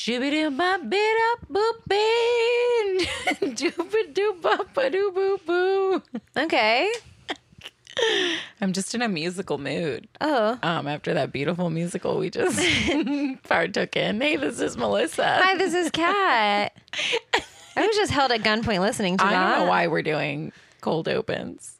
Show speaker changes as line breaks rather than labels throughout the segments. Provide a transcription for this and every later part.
Shooby my bit up boopin. Doopa doopa ba doo boo boo.
Okay.
I'm just in a musical mood.
Oh.
Um, after that beautiful musical we just partook in. Hey, this is Melissa.
Hi, this is Kat. I was just held at gunpoint listening to
I
that.
don't know why we're doing cold opens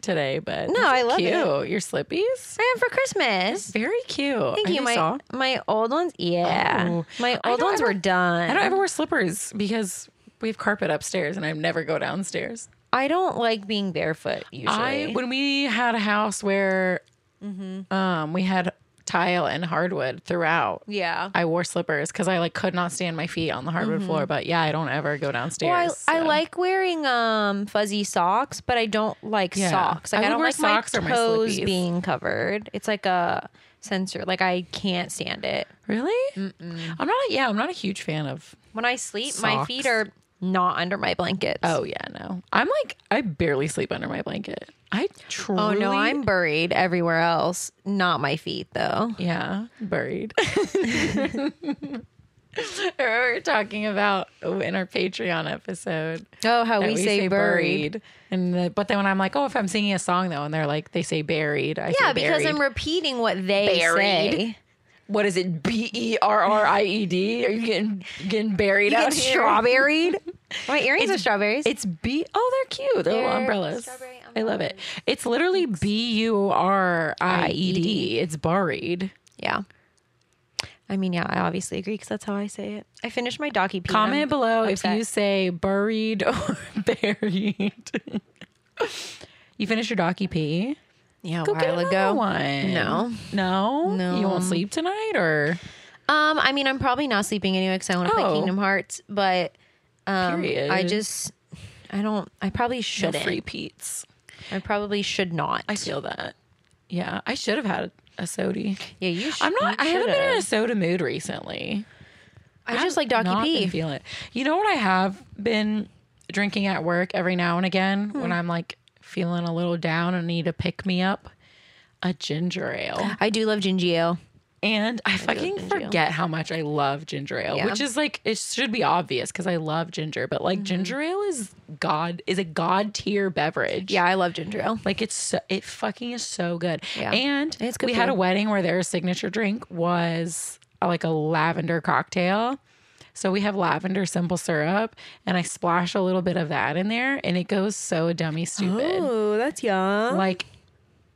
today, but
No,
these are
I love
cute.
it.
Your slippies.
I am for Christmas.
Very cute.
Thank you. My
saw?
my old ones, yeah.
Oh.
My
I
old
don't
ones
ever-
were done.
I don't ever wear slippers because we have carpet upstairs and I never go downstairs.
I don't like being barefoot usually.
I when we had a house where
Mm-hmm.
um we had tile and hardwood throughout.
yeah.
I wore slippers because I like could not stand my feet on the hardwood floor. But yeah, I don't ever go downstairs.
Mm-hmm. Well, Oh, I, I
so.
like wearing um fuzzy socks, but I don't like
Yeah.
socks. Like
I
I,
would
don't
wear
like
socks
my
or my
toes
slippies.
being covered. It's like a sensor. Like I can't stand it.
really. I'm not. Yeah, I'm not a huge fan of.
When I sleep, my feet
Socks.
are not under my blankets.
Oh yeah, no. I'm like I barely sleep under my blanket. I truly.
Oh no, I'm buried everywhere else. Not my feet though.
Yeah, buried. I remember we were talking about in our Patreon episode.
Oh, how
that
we, say, buried.
and the, but then when I'm like, oh, if I'm singing a song though, and they're like, they say buried. I
Yeah,
say
because I'm
buried.
repeating what they
Buried.
say.
what is it? B e r r i e d. Are you getting getting buried
You
out
get
here?
strawberried. My earrings
It's-
are strawberries.
It's B. Oh, they're cute. They're little
They're
umbrellas.
strawberry
I love it. It's literally B U R I E D. It's buried.
yeah. I mean, yeah, I obviously agree because that's how I say it. I finished my docu.
Comment below
upset.
if you say buried or buried. you finished your E docu pee.
Yeah, a
Go get
while
another
ago.
one.
No.
no,
No.
You won't sleep tonight, or
Um, I mean, I'm probably not sleeping anyway because I want to
Oh.
play Kingdom Hearts, but um, I
Period.
just, I don't, I probably shouldn't.
free peats.
I probably should not.
I feel that. Yeah, I should have had a soda.
yeah, you should.
I'm not. I haven't been in a
should've.
soda mood recently.
I just
I've
like Docu
not been
P.
Feeling it. You know what I have been drinking at work every now and again when I'm like feeling a little down and need a pick me up. A ginger ale,
I do love ginger ale.
and Ah, I, fucking
ginger ale.
forget how much I love ginger ale,
Yeah.
which is like it should be obvious because I love ginger, but like ginger ale is god is a god tier beverage.
Yeah, I love ginger ale.
Like it's so, it fucking is so good.
Yeah.
And
It's good
we
for
had
you.
a wedding where their signature drink was uh, like a lavender cocktail. So we have lavender simple syrup and I splash a little bit of that in there and it goes so dummy stupid.
Oh, that's yum.
Like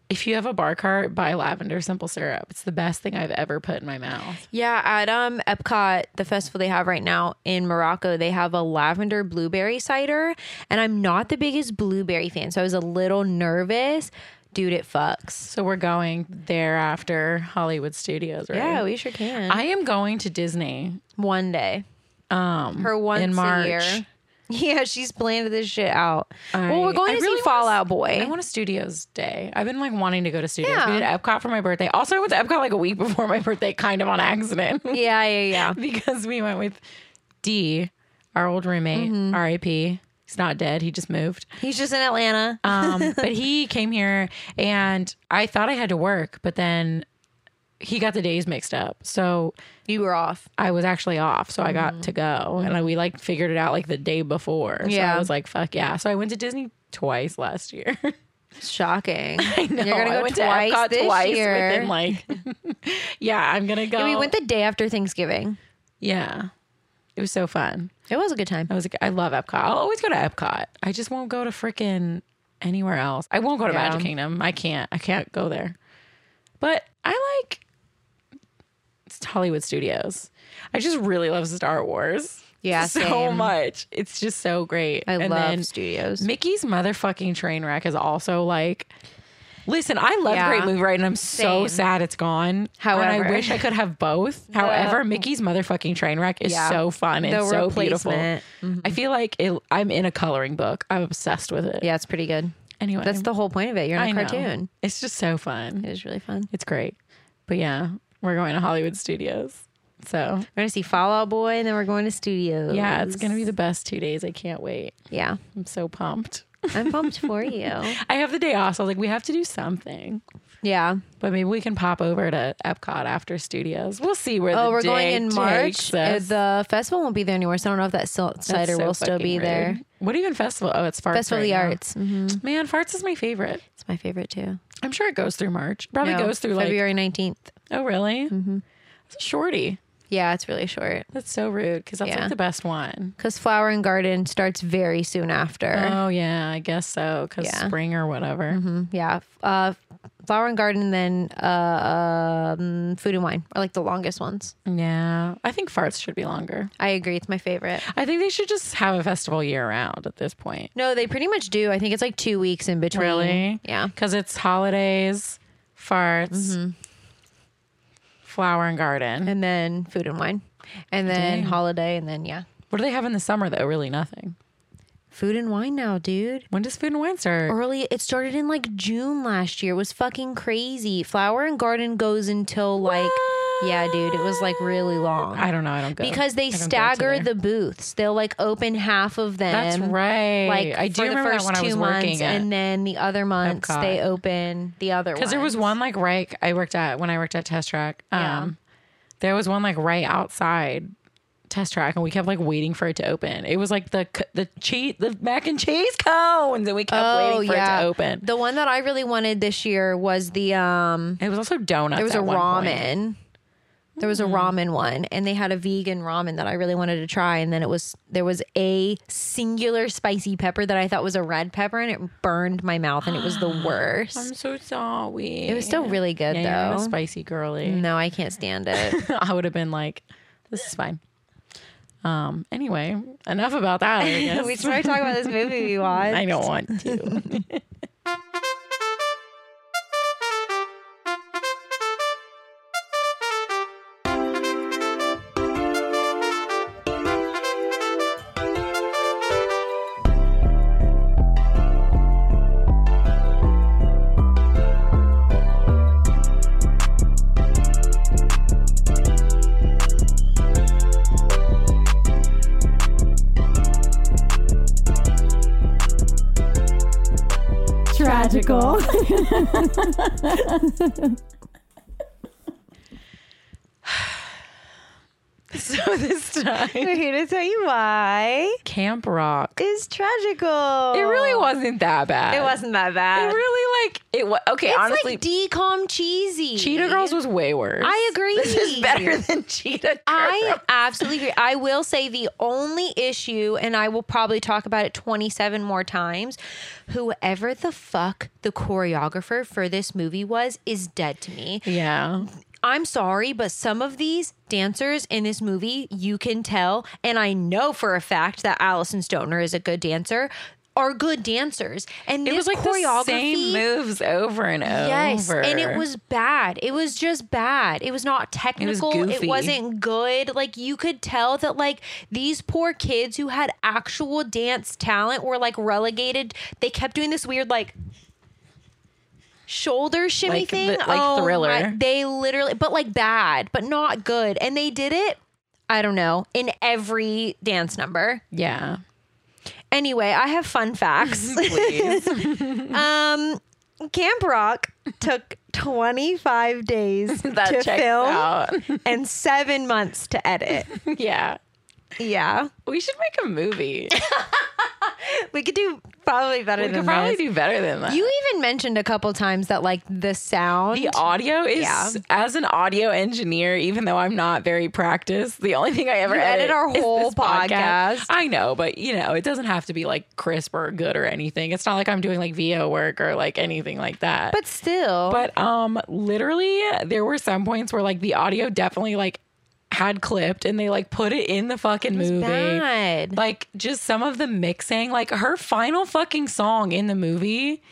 if you have a bar cart, buy lavender simple syrup. It's the best thing I've ever put in my mouth.
Yeah, at um Epcot, the festival they have right now in Morocco, they have a lavender blueberry cider, and I'm not the biggest blueberry fan, so I was a little nervous. Dude, it fucks.
So we're going there after Hollywood Studios, right?
Yeah, we sure can.
I am going to Disney
one day,
um
her once
in March.
a year. Yeah, she's planned this shit out. well,
I-
we're going
I
to
really
see
wanna
Fallout
s-
Boy.
I want a Studios Day. I've been like wanting to go to Studios. We
Yeah.
did Epcot for my birthday. Also, I went to Epcot like a week before my birthday, kind of on accident,
yeah, yeah, yeah.
because we went with D, our old roommate,
Mm-hmm.
R.I.P. He's not dead. He just moved.
He's just in Atlanta.
Um, but he came here, and I thought I had to work, but then he got the days mixed up, so
you were off.
I was actually off, so I
Mm-hmm.
got to go, and I, we like figured it out like the day before. So
Yeah.
I was like, "Fuck yeah!" So I went to Disney twice last year.
Shocking. I
No,
You're gonna
I
go
went
twice
to Epcot
this
twice
year.
within like Yeah, I'm gonna go.
Yeah, we went the day after Thanksgiving.
yeah. It was so fun.
It was a good time.
I was like, I love Epcot. I'll always go to Epcot. I just won't go to freaking anywhere else. I won't go to
Yeah.
Magic Kingdom. I can't. I can't go there. But I like it's Hollywood Studios. I just really love Star Wars.
Yeah,
so
same.
much. It's just so great.
I
And
love
then
studios.
Mickey's motherfucking train wreck is also like. Listen, I love
Yeah.
Great Movie Ride, and I'm so
Same.
sad it's gone. and
However.
I wish I could have both. However, Mickey's motherfucking train wreck is
Yeah.
so fun and
The
so beautiful.
replacement. Mm-hmm.
I feel like it, I'm in a coloring book. I'm obsessed with it.
yeah, it's pretty good.
Anyway,
That's the whole point of it. You're in a
I know.
cartoon.
It's just so fun.
It was really fun.
It's great. But yeah, we're going to Hollywood Studios. So
We're gonna see Fallout Boy, and then we're going to studios.
yeah, it's gonna be the best two days. I can't wait.
yeah.
I'm so pumped.
I'm pumped for you.
I have the day off. So I was like, we have to do something.
Yeah.
But maybe we can pop over to Epcot after studios. We'll see where
Oh,
the
we're going
day
in
takes
March. Uh,
us.
The festival won't be there anymore, so I don't know if that sil-
That's
cider
so
will still
fucking
be
rude.
there.
What even festival? Oh, it's Farts.
Festival of
right
the
now. Mm-hmm.
Arts. hmm
Man, Farts is my favorite.
It's my favorite too.
I'm sure it goes through March. Probably
No,
goes through like
February 19th.
Oh, really? Mm-hmm. It's a shorty.
Yeah, it's really short.
That's so rude because that's
Yeah.
like the best one.
Because Flower and Garden starts very soon after.
Oh, yeah, I guess so because
Yeah.
spring or whatever.
Mhm. Yeah. Uh, Flower and Garden, then uh, um, Food and Wine are like the longest ones.
Yeah, I think farts should be longer.
I agree. It's my favorite.
I think they should just have a festival year round at this point.
No, they pretty much do. I think it's like two weeks in between.
Really?
Yeah.
Because it's holidays, farts, flower Mm-hmm. and garden.
And then Food and Wine. And then
Dang.
Holiday. And then, yeah.
What do they have in the summer though? Really nothing.
Food and Wine now, dude.
When does food and wine start?
Early, it started in like June last year. It was fucking crazy. Flower and Garden goes until like, yeah, dude, it was like really long.
I don't know. I don't go
because
I
they
don't go to
stagger
there.
the booths. They'll like open half of them.
That's right.
Like
I do
for
remember
the
that
first
when I
two
was
months,
working at
and then the other months
Epcot.
they open the other.
Because there was one
ones.
like right I worked at when I worked at Test Track. Um
Yeah.
there was one like right outside Test Track and we kept like waiting for it to open. It was like the c- the cheese the mac and cheese cones and we kept waiting for it to open.
Oh, The one that I really wanted this year was the um.
It was Hmm. also donuts.
There was a
at one point.
ramen. There was a ramen one, and they had a vegan ramen that I really wanted to try. And then it was there was a singular spicy pepper that I thought was a red pepper, and it burned my mouth, and it was the worst.
I'm so sorry.
It was still really good,
yeah, You're a
though.
spicy girly.
no, I can't stand it.
I would have been like, this is fine. Um. Anyway, enough about that. I guess.
we started talking about this movie we watched.
I don't want to.
Tragical.
so this time,
We're here to tell you why
Camp Rock.
is tragical.
It really wasn't that bad.
It wasn't that
It
bad.
really like it was okay.
it's
honestly,
like decom cheesy.
Cheetah Girls was way worse.
I agree.
This is better than Cheetah.
I
Girls.
absolutely agree. I will say the only issue, and I will probably talk about it 27 more times. Whoever the fuck the choreographer for this movie was is dead to me.
yeah.
I'm sorry, but some of these dancers in this movie, you can tell, and I know for a fact that Allison Stoner is a good dancer, are good dancers. And
It was
this
like the
choreography,
same moves over and over.
yes, and it was bad. It was just bad. It was not technical.
goofy.
wasn't good. Like you could tell that like these poor kids who had actual dance talent were like relegated. They kept doing this weird like shoulder shimmy
Like the-
thing.
like
oh, my-
Thriller.
they literally, but like bad, but not good. And they did it. I don't know in every dance number.
yeah.
Anyway, I have fun facts.
Please.
Um, Camp Rock took 25 days
that
to
checks
film
out.
and seven months to edit.
yeah.
Yeah,
We should make a movie.
we could do probably better
we
than
could probably
this.
do better than that.
you even mentioned a couple times that like the sound.
the audio is
Yeah.
as an audio engineer, even though I'm not very practiced, the only thing I ever
You edit our
is this
whole podcast.
I know, but you know, it doesn't have to be like crisp or good or anything. It's not like I'm doing like VO work or like anything like that.
but still,
But um literally there were some points where like the audio definitely like had clipped and they like put it in the fucking
it's
movie.
bad.
Like just some of the mixing, like her final fucking song in the movie,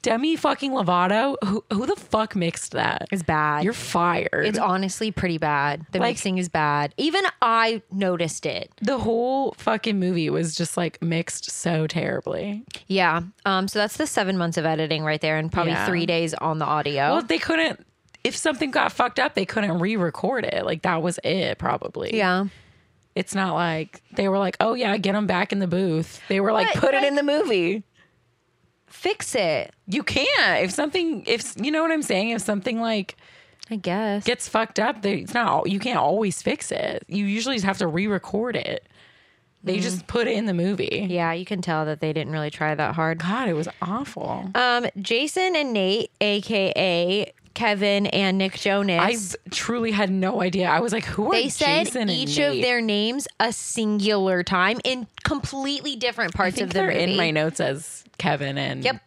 Demi fucking Lovato, who who the fuck mixed that?
it's bad.
You're fired.
it's honestly pretty bad. The
Like-
mixing is bad. Even I noticed it.
the whole fucking movie was just like mixed so terribly.
Yeah. Um. So that's the seven months of editing right there, and probably
Yeah.
three days on the audio.
Well, they couldn't if something got fucked up, they couldn't re-record it. Like that was it probably.
yeah.
It's not like they were like, "Oh yeah, get them back in the booth." They were like,
But,
"Put it
like-
in the movie."
fix it.
You can't. If something, if you know what I'm saying, if something like
I guess.
gets fucked up, they, it's not, you can't always fix it. You usually just have to re record it. They
Mm-hmm.
just put it in the movie.
yeah, you can tell that they didn't really try that hard.
God, it was awful.
Um, Jason and Nate, aka Kevin and Nick Jonas.
I truly had no idea. I was like, who are
they said
Jason and
each of
Nate?
their names a singular time in completely different
I
parts
think
of the
they're
movie.
in my notes as Kevin and
Yep.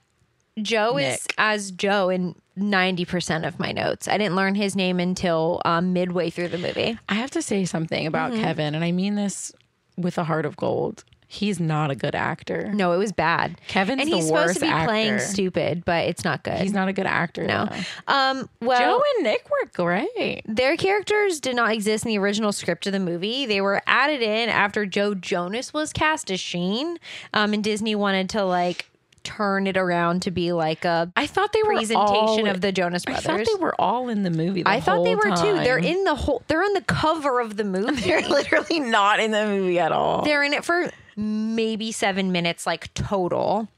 Joe is
Nick.
as Joe in 90% of my notes. I didn't learn his name until um, midway through the movie.
I have to say something about
Mm-hmm.
Kevin, and I mean this with a heart of gold. He's not a good actor.
No, it was bad.
Kevin's
and
the
he's supposed
worst
to be playing
actor.
stupid, but it's not good.
He's not a good actor.
no.
though.
Um, well,
Joe and Nick were great.
their characters did not exist in the original script of the movie. They were added in after Joe Jonas was cast as Sheen, um, and Disney wanted to like turn it around to be like a
I thought they were
presentation
all-
of the Jonas
I
Brothers.
thought they were all in the movie. the
I thought they
whole
were too. They're
time.
in the whole. They're on the cover of the movie.
They're literally not in the movie at all.
They're in it for maybe seven minutes, like total.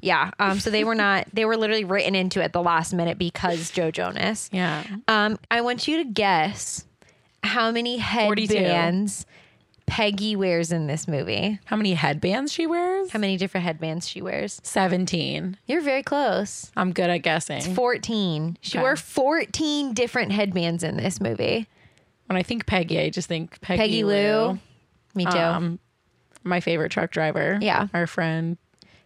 Yeah. Um. So they were not. They were literally written into at the last minute because Joe Jonas.
yeah.
Um. I want you to guess how many
42.
headbands Peggy wears in this movie.
How many headbands she wears?
How many different headbands she wears?
Seventeen.
You're very close.
I'm good at guessing.
Fourteen. She
Okay.
wore fourteen different headbands in this movie.
when I think Peggy, I just think Peggy,
Peggy Lou. Me too.
um, my favorite truck driver.
Yeah.
our friend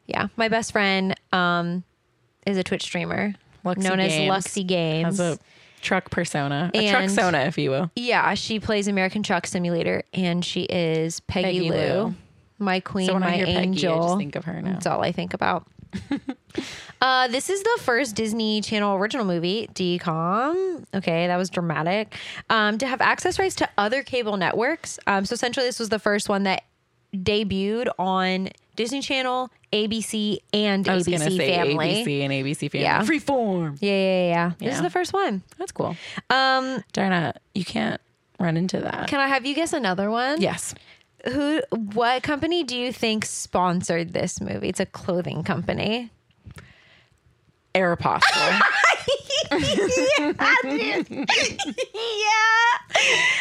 Yeah, my best friend um, is a Twitch streamer
Luxy
known
Games
as Luxy Games.
has a truck persona, a truck
And-
sona, if you will.
yeah, she plays American Truck Simulator, and she is
Peggy
Peggy, Lou,
Lou.
my queen,
So when
my
I hear
angel.
Peggy, I just think of her now.
That's all I think about. uh, this is the first Disney Channel original movie, DCOM. Okay, that was dramatic. Um, to have access rights to other cable networks. Um, so essentially, this was the first one that debuted on Disney Channel, ABC, and
I was
ABC
gonna say
Family.
ABC and ABC Family.
Yeah.
Freeform.
Yeah, yeah, yeah. This is
Yeah.
the first one.
That's cool.
Um,
Darna, you can't run into that.
can I have you guess another one?
yes.
Who? What company do you think sponsored this movie? It's a clothing company.
Aeropostale.
yeah.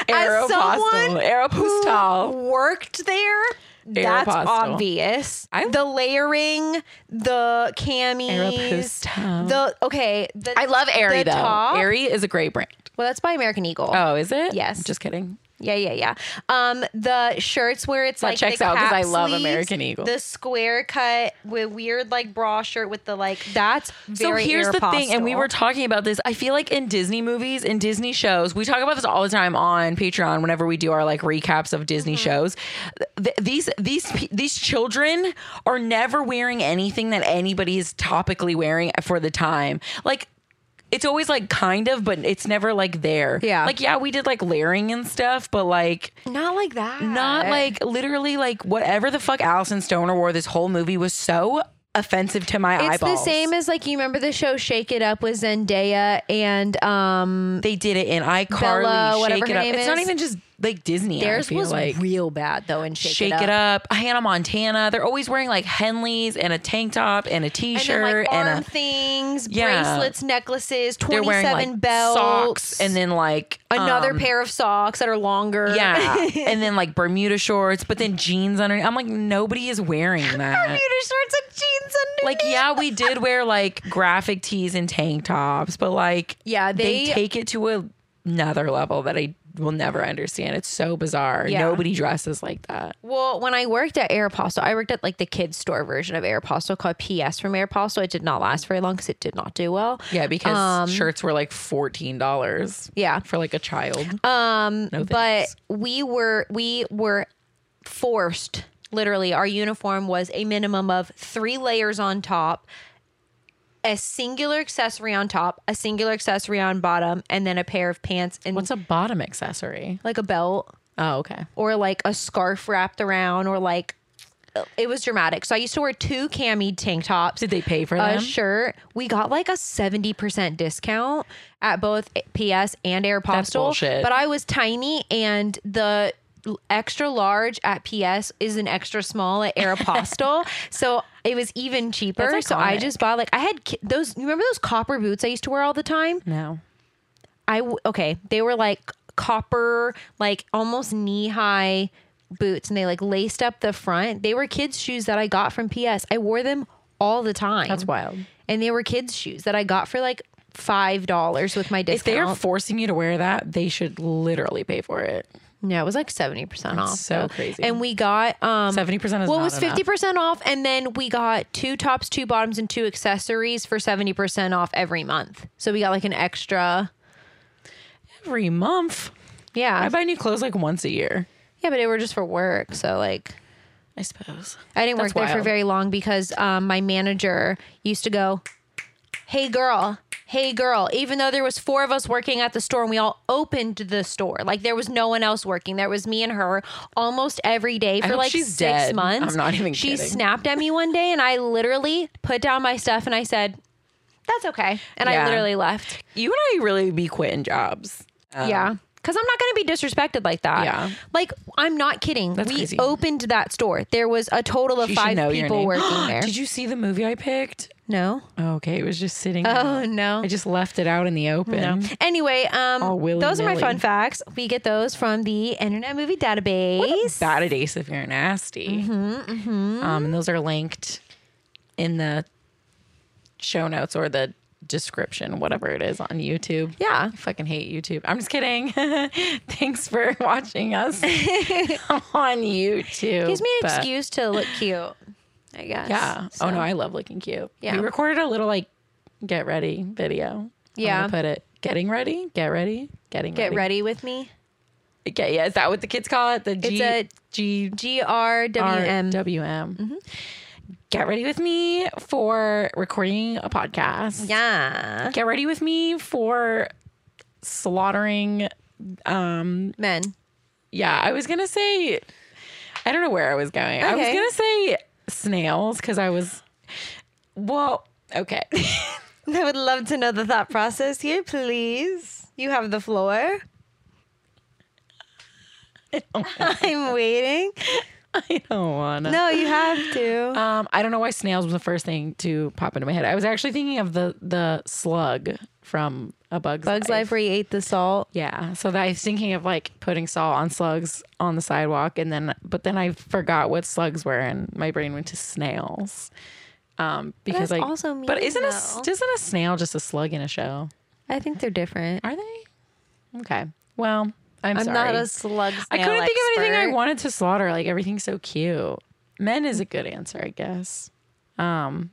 As
Aeropostale.
someone
Aeropostale.
worked there. That's
Aeropostale.
obvious. the layering, the camis,
Aeropostale.
the okay. The,
I love Aerie
the
though.
top-
Aerie is a great brand.
Well, that's by American Eagle.
Oh, is it?
Yes.
Just kidding.
Yeah, yeah, yeah. Um, the shirts where it's like
checks
the
out 'cause
cap
I love
sleeves,
American Eagle.
The square cut with weird like bra shirt with the like that's very
so here's the thing, and we
Aeropostale.
were talking about this. I feel like in Disney movies, in Disney shows, we talk about this all the time on Patreon. Whenever we do our like recaps of Disney shows, Th- these these pe- these children are never wearing anything that anybody is topically wearing for the time. Like it's always like kind of, but it's never like there.
Yeah.
like yeah, we did like layering and stuff, but like
not like that
not like literally like whatever the fuck Allison Stoner wore this whole movie was so offensive to my
it's
eyeballs.
the same as like you remember the show Shake It Up with Zendaya and um
they did it in iCarly.
Bella,
Shake
whatever
it
her
up.
name
it's not
is.
even just like Disney. I
theirs
feel
was
like
real bad though in Shake,
Shake it up. Hannah Montana. They're always wearing like Henleys and a tank top and a
And then,
t-shirt
like arm
and a.
things,
Yeah.
bracelets, necklaces,
They're
twenty-seven
wearing like
belts,
socks and then like
another
um,
pair of socks that are longer.
Yeah, and then like Bermuda shorts, but then jeans underneath. I'm like, nobody is wearing that.
Bermuda shorts and jeans underneath.
Like, yeah, we did wear like graphic tees and tank tops, but like,
Yeah, they-
take it to a, another level that I will never understand. It's so bizarre.
Yeah.
Nobody dresses like that.
Well, when I worked at Aeropostale, I worked at like the kids store version of Aeropostale called PS from Aeropostale. It did not last very long because it did not do well.
Yeah, because
Um,
shirts were like fourteen dollars.
Yeah.
for like a child.
Um,
No
but
thanks.
we were we were forced. Literally, our uniform was a minimum of three layers on top, a singular accessory on top, a singular accessory on bottom, and then a pair of pants and
What's a bottom accessory?
like a belt
Oh, okay.
or like a scarf wrapped around or like it was dramatic. So I used to wear two cami tank tops.
Did they pay for
a
them?
shirt. We got like a 70% discount at both PS and Air
bullshit.
But I was tiny and the l- extra large at PS is an extra small at Aeropostale. so it was even cheaper.
That's
So I
iconic.
just bought like I had ki- those. You remember those copper boots I used to wear all the time?
No.
I w- okay, they were like copper, like almost knee high boots, and they like laced up the front. They were kids' shoes that I got from PS. I wore them all the time.
That's wild.
And they were kids' shoes that I got for like five dollars with my
If they are
discount.
forcing you to wear that, they should literally pay for it.
no, it was like seventy percent off.
so
though.
crazy.
And we got um
70% is
well,
not
it was
enough.
fifty percent off, and then we got two tops, two bottoms, and two accessories for seventy percent off every month. So we got like an extra.
Every month.
Yeah,
I buy new clothes like once a year.
yeah, but they were just for work, so like.
I suppose.
I didn't
That's
work there for
wild.
very long because um, my manager used to go, "Hey girl, hey girl," even though there was four of us working at the store and we all opened the store. Like there was no one else working. There was me and her almost every day for
hope
like
she's
six
dead.
months.
I'm not even
She
kidding.
snapped at me one day and I literally put down my stuff and I said, "That's okay," and I
Yeah.
literally left.
You and I really be quitting jobs.
Yeah. Cause I'm not gonna be disrespected like that.
Oh. Yeah.
Like I'm not kidding. we
crazy.
opened that store. There was a total of
You should
five
know your
people
name.
working there.
Did you see the movie I picked?
no.
Okay, it was just sitting.
Oh no.
I just left it out in the open.
Anyway, um,
All
those are my
willy-nilly.
fun facts. We get those from the Internet Movie Database.
Bad at Ace if you're nasty. Um, and those are linked in the show notes or the description, whatever it is on YouTube.
Yeah.
I fucking hate YouTube. I'm just kidding. Thanks for watching us on YouTube.
Gives me an
but-
excuse to look cute. I guess.
Yeah.
So-
Oh no, I love looking cute.
Yeah.
We recorded a little like get ready video.
Yeah.
I'm gonna put it getting ready, get ready, getting
Get
ready.
ready with me.
Okay, yeah, is that what the kids call it? The G
It's a-
G
G R W M. Mm-hmm.
WM. Get ready with me for recording a podcast.
Yeah.
Get ready with me for slaughtering. Um,
Men.
yeah, I was gonna say, I don't know where I was going. I was
Okay.
gonna say snails because I was, well, okay.
I would love to know the thought process here, please. You have the floor. I'm waiting.
I don't wanna.
No, you have to.
Um, I don't know why snails was the first thing to pop into my head. I was actually thinking of the the slug from A Bug's,
Bugs Life where he ate the salt.
Yeah. So that I was thinking of like putting salt on slugs on the sidewalk and then but then I forgot what slugs were and my brain went to snails. Um because
that's
like
also
But
mean,
isn't a s-
though.
isn't a snail just a slug in a show?
I think they're different.
Are they? Okay. Well, I'm,
I'm
sorry.
not a slug.
I
snail
couldn't think of anything I
expert.
wanted to slaughter. Like everything's so cute. Men is a good answer, I guess. Um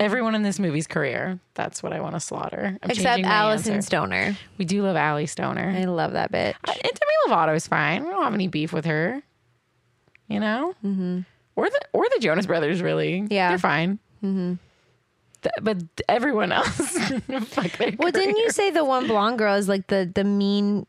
Everyone in this movie's career. That's what I want to slaughter. I'm
Except
changing my
Allison
answer.
Stoner.
We do love Allie Stoner.
I love that bitch.
I- and Demi Lovato is fine. We don't have any beef with her, you know. Mm-hmm. Or the or the Jonas Brothers, really.
Yeah.
they're fine. Mm-hmm. but everyone else, fuck their
Well, didn't you say the one blonde girl is like the the mean,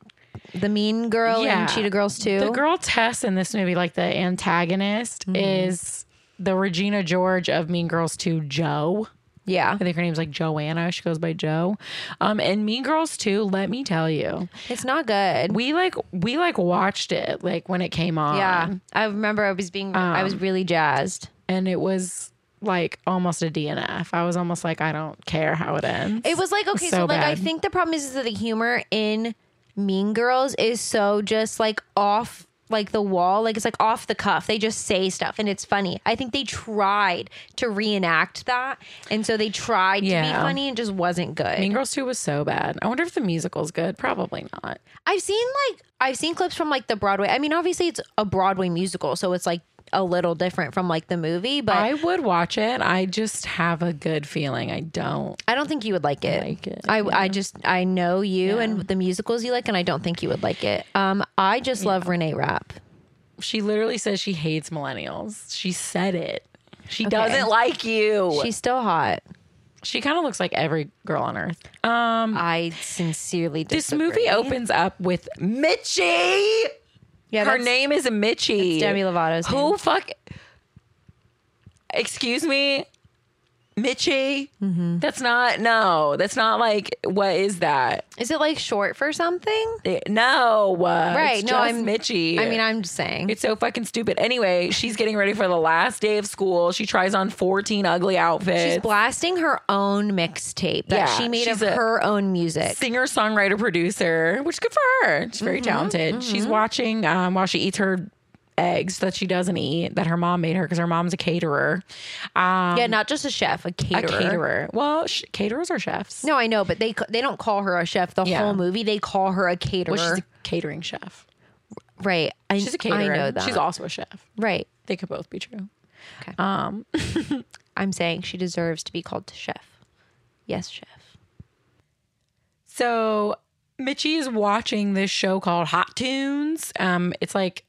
the mean girl in Cheetah Girls too?
The girl Tess in this movie, like the antagonist,
Mm-hmm.
is the Regina George of Mean Girls Two, Joe.
yeah,
I think her name's like Joanna. She goes by Joe. Um, and Mean Girls Two. Let me tell you,
it's not good.
we like we like watched it like when it came on.
yeah, I remember I was being I
Um.
was really jazzed.
and it was like almost a DNF. I was almost like, I don't care how it ends.
It was like okay, so,
so
like I
bad.
think the problem is, is that the humor in Mean Girls is so just like off like the wall, like it's like off the cuff. They just say stuff and it's funny. I think they tried to reenact that, and so they tried to be
Yeah.
funny and just wasn't good.
mean Girls 2 was so bad. I wonder if the musical's good. Probably not.
I've seen like I've seen clips from like the Broadway. I mean, obviously it's a Broadway musical, so it's like a little different from like the movie, but I,
I would watch it. I just have a good feeling. I don't.
don't think you would like it.
Like it,
I I just I know you and the musicals you like, and I don't think you would like it. Um, I just love Renee Rapp.
She literally says she hates millennials. She said it. She
Okay.
doesn't like you. She,
She's still hot.
she kind of looks like every girl on earth. Um,
I sincerely
this
disagree.
movie uh, opens up with Mitchie.
Yeah,
Her
that's-
name is Mitchie.
Demi Lovato's
Who fuck? Excuse me. Mitchie. That's not no. That's not like what is that?
Is it like short for something?
It- no, uh,
Right.
It's
no,
just
I'm
Mitchie.
I mean, I'm just saying.
It's so fucking stupid. Anyway, she's getting ready for the last day of school. She tries on 14 ugly outfits.
She's blasting her own mixtape that
Yeah,
she made
she's
of
a-
her own music.
singer songwriter producer which good for her she's
Mm-hmm,
very talented she's watching um, while she eats her eggs that she doesn't eat that her mom made her because her mom's a caterer um,
yeah, not just a chef, a
a
caterer.
caterer well sh- caterers are chefs
No, I know, but they c- they don't call her a chef the
Yeah.
whole movie. They call her a caterer.
well, she's a catering chef
right. I,
she's a caterer
I know that.
she's also a chef
right.
they could both be true
I'm saying she deserves to be called chef. Yes, chef.
so mitchie is watching this show called hot tunes um, it's like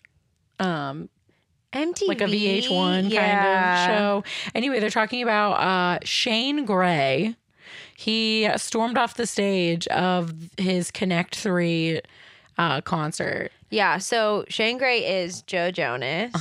MTV.
like a VH1
yeah.
kind of show. Anyway, they're talking about uh, Shane Gray. He stormed off the stage of his Connect Three uh, concert.
Yeah. So Shane Gray is Joe Jonas.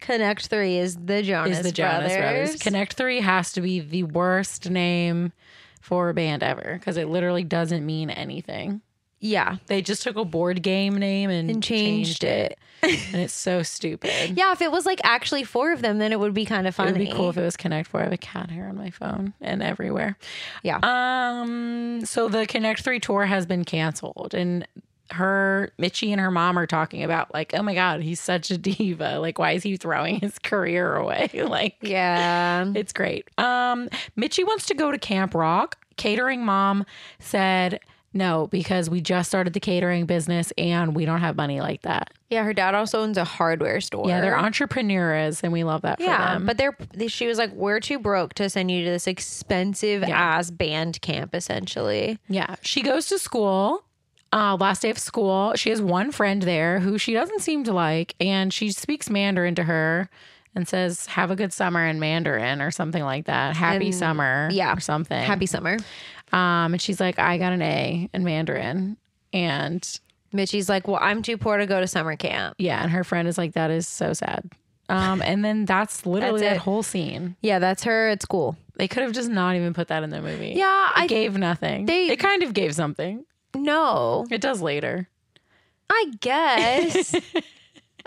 Connect Three is the Jonas,
Uh-huh. Is the Jonas Brothers. Connect Three has to be the worst name for a band ever because it literally doesn't mean anything.
yeah.
They just took a board game name and,
And changed
it, and it's so stupid.
Yeah, if it was like actually four of them, then it would be kind of funny.
It would be cool if it was Connect Four. I have a cat hair on my phone and everywhere.
Yeah.
Um. So the Connect Three tour has been canceled, and her Mitchie and her mom are talking about like, oh my god, he's such a diva. Like, why is he throwing his career away? like,
yeah.
it's great. Um. Mitchie wants to go to Camp Rock. Catering mom said no because we just started the catering business and we don't have money like that.
Yeah, her dad also owns a hardware store.
Yeah, they're entrepreneurs and we love that for
Yeah,
them.
but they're they, she was like, "We're too broke to send you to this expensive ass band camp." Essentially,
Yeah. She goes to school. Uh, last day of school, she has one friend there who she doesn't seem to like, and she speaks Mandarin to her and says, Have a good summer in Mandarin or something like that. Happy summer.
yeah.
Or something.
happy summer.
Um, and she's like, I got an A in Mandarin. And
Mitchie's like, "Well, I'm too poor to go to summer camp."
yeah, and her friend is like, That is so sad. Um, and then that's literally
That's
that
it.
whole scene.
Yeah, that's her at school.
They could have just not even put that in the movie.
Yeah,
It
I
gave nothing.
they-
it kind of gave something.
no,
It does later.
I guess.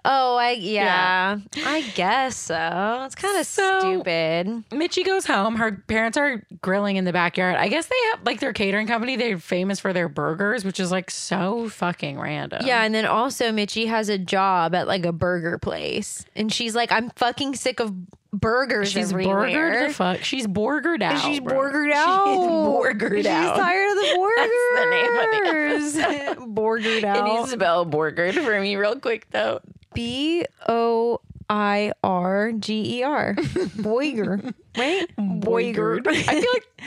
oh, I yeah, I guess so. It's kind of
So-
stupid.
Mitchie goes home. Her parents are grilling in the backyard. I guess they have like their catering company. They're famous for their burgers, which is like so fucking random.
Yeah, and then also Mitchie has a job at like a burger place, and she's like, "I'm fucking sick of burgers
She's
everywhere."
burgered the fuck. She's borgered out.
She's
bro.
burgered out.
She's borgered
She's
out.
tired of the
That's
burgers. That's the name of Borgered
Can you
out.
spell borgered for me real quick though?
B O I R G E R. Boiger. Right?
Borgered. I feel like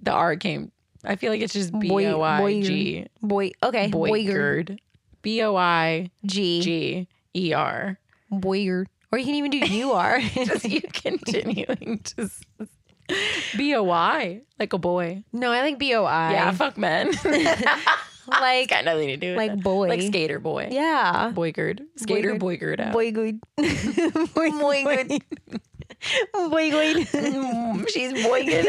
the R came. I feel like it's just B
Boy-
O I G.
Boy. Okay. Boiger.
Boigered. B O I
G.
G E R.
Boiger. Or you can even do U R.
Just you continuing to B O Y like a boy.
no, I like B O I.
Yeah, fuck men.
Like,
Got nothing to do with
Like
it.
boy.
like skater boy,
yeah.
boygird, skater boygird out.
Boigoid. Boigoid. Boigoid.
Mm, she's boygird
She's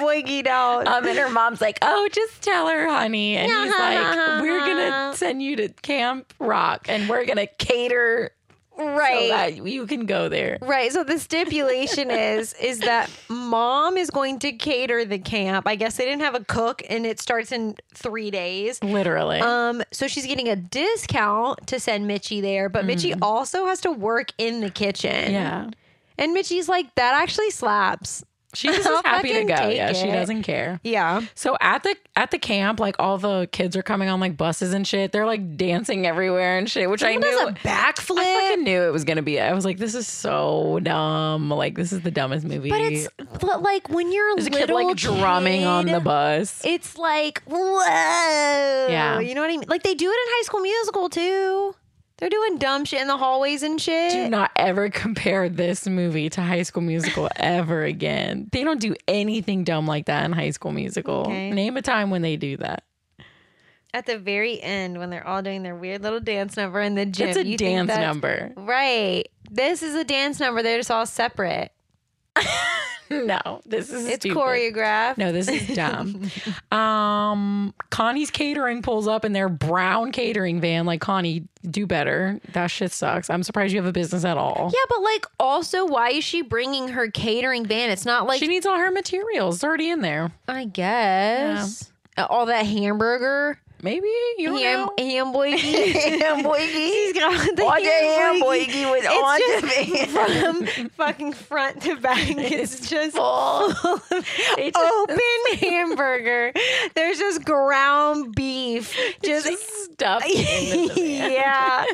boigied out. Uh,
Um, and her mom's like, "Oh, just tell her, honey." And he's like, "We're gonna send you to Camp Rock, and we're gonna cater so
right.
that you can go there."
Right. So the stipulation is is that mom is going to cater the camp. I guess they didn't have a cook and it starts in 3 days.
Literally,
Um so she's getting a discount to send Mitchie there, but Mitchie also has to work in the kitchen.
yeah.
And Mitchie's like that actually slaps.
She's
I'll
just happy to
fucking
go.
take
Yeah, she
it.
doesn't care.
Yeah.
So at the at the camp, like all the kids are coming on like buses and shit. They're like dancing everywhere and shit, which I
Does
knew
a backflip.
I fucking knew it was gonna be. I was like, this is so dumb. Like, this is the dumbest movie.
but it's but like when you're
there's a kid
little
like drumming on
kid,
the bus.
It's like whoa.
Yeah.
You know what I mean? Like they do it in High School Musical too. They're doing dumb shit in the hallways and shit.
Do not ever compare this movie to High School Musical ever again. They don't do anything dumb like that in High School Musical.
Okay.
Name a time when they do that.
at the very end when they're all doing their weird little dance number in the gym.
It's a
you think
dance
that's-
number.
Right. This is a dance number. They're just all separate.
no, this is
It's
stupid.
choreographed.
No, this is dumb. um, Connie's catering pulls up in their brown catering van. Like Connie, do better. That shit sucks. I'm surprised you have a business at all.
Yeah, but like also, why is she bringing her catering van? It's not like
She needs all her materials. It's already in there.
I guess Uh, all that hamburger,
Maybe you don't
ham,
know.
hamboy. She's
Hamburgie.
got the
On the
hamburgie.
hamburgie was
It's
on
just
the van.
from fucking front to back. It's just
full.
full of
It's
open hamburger. There's just ground beef. Just.
Just stuffed in the van.
yeah,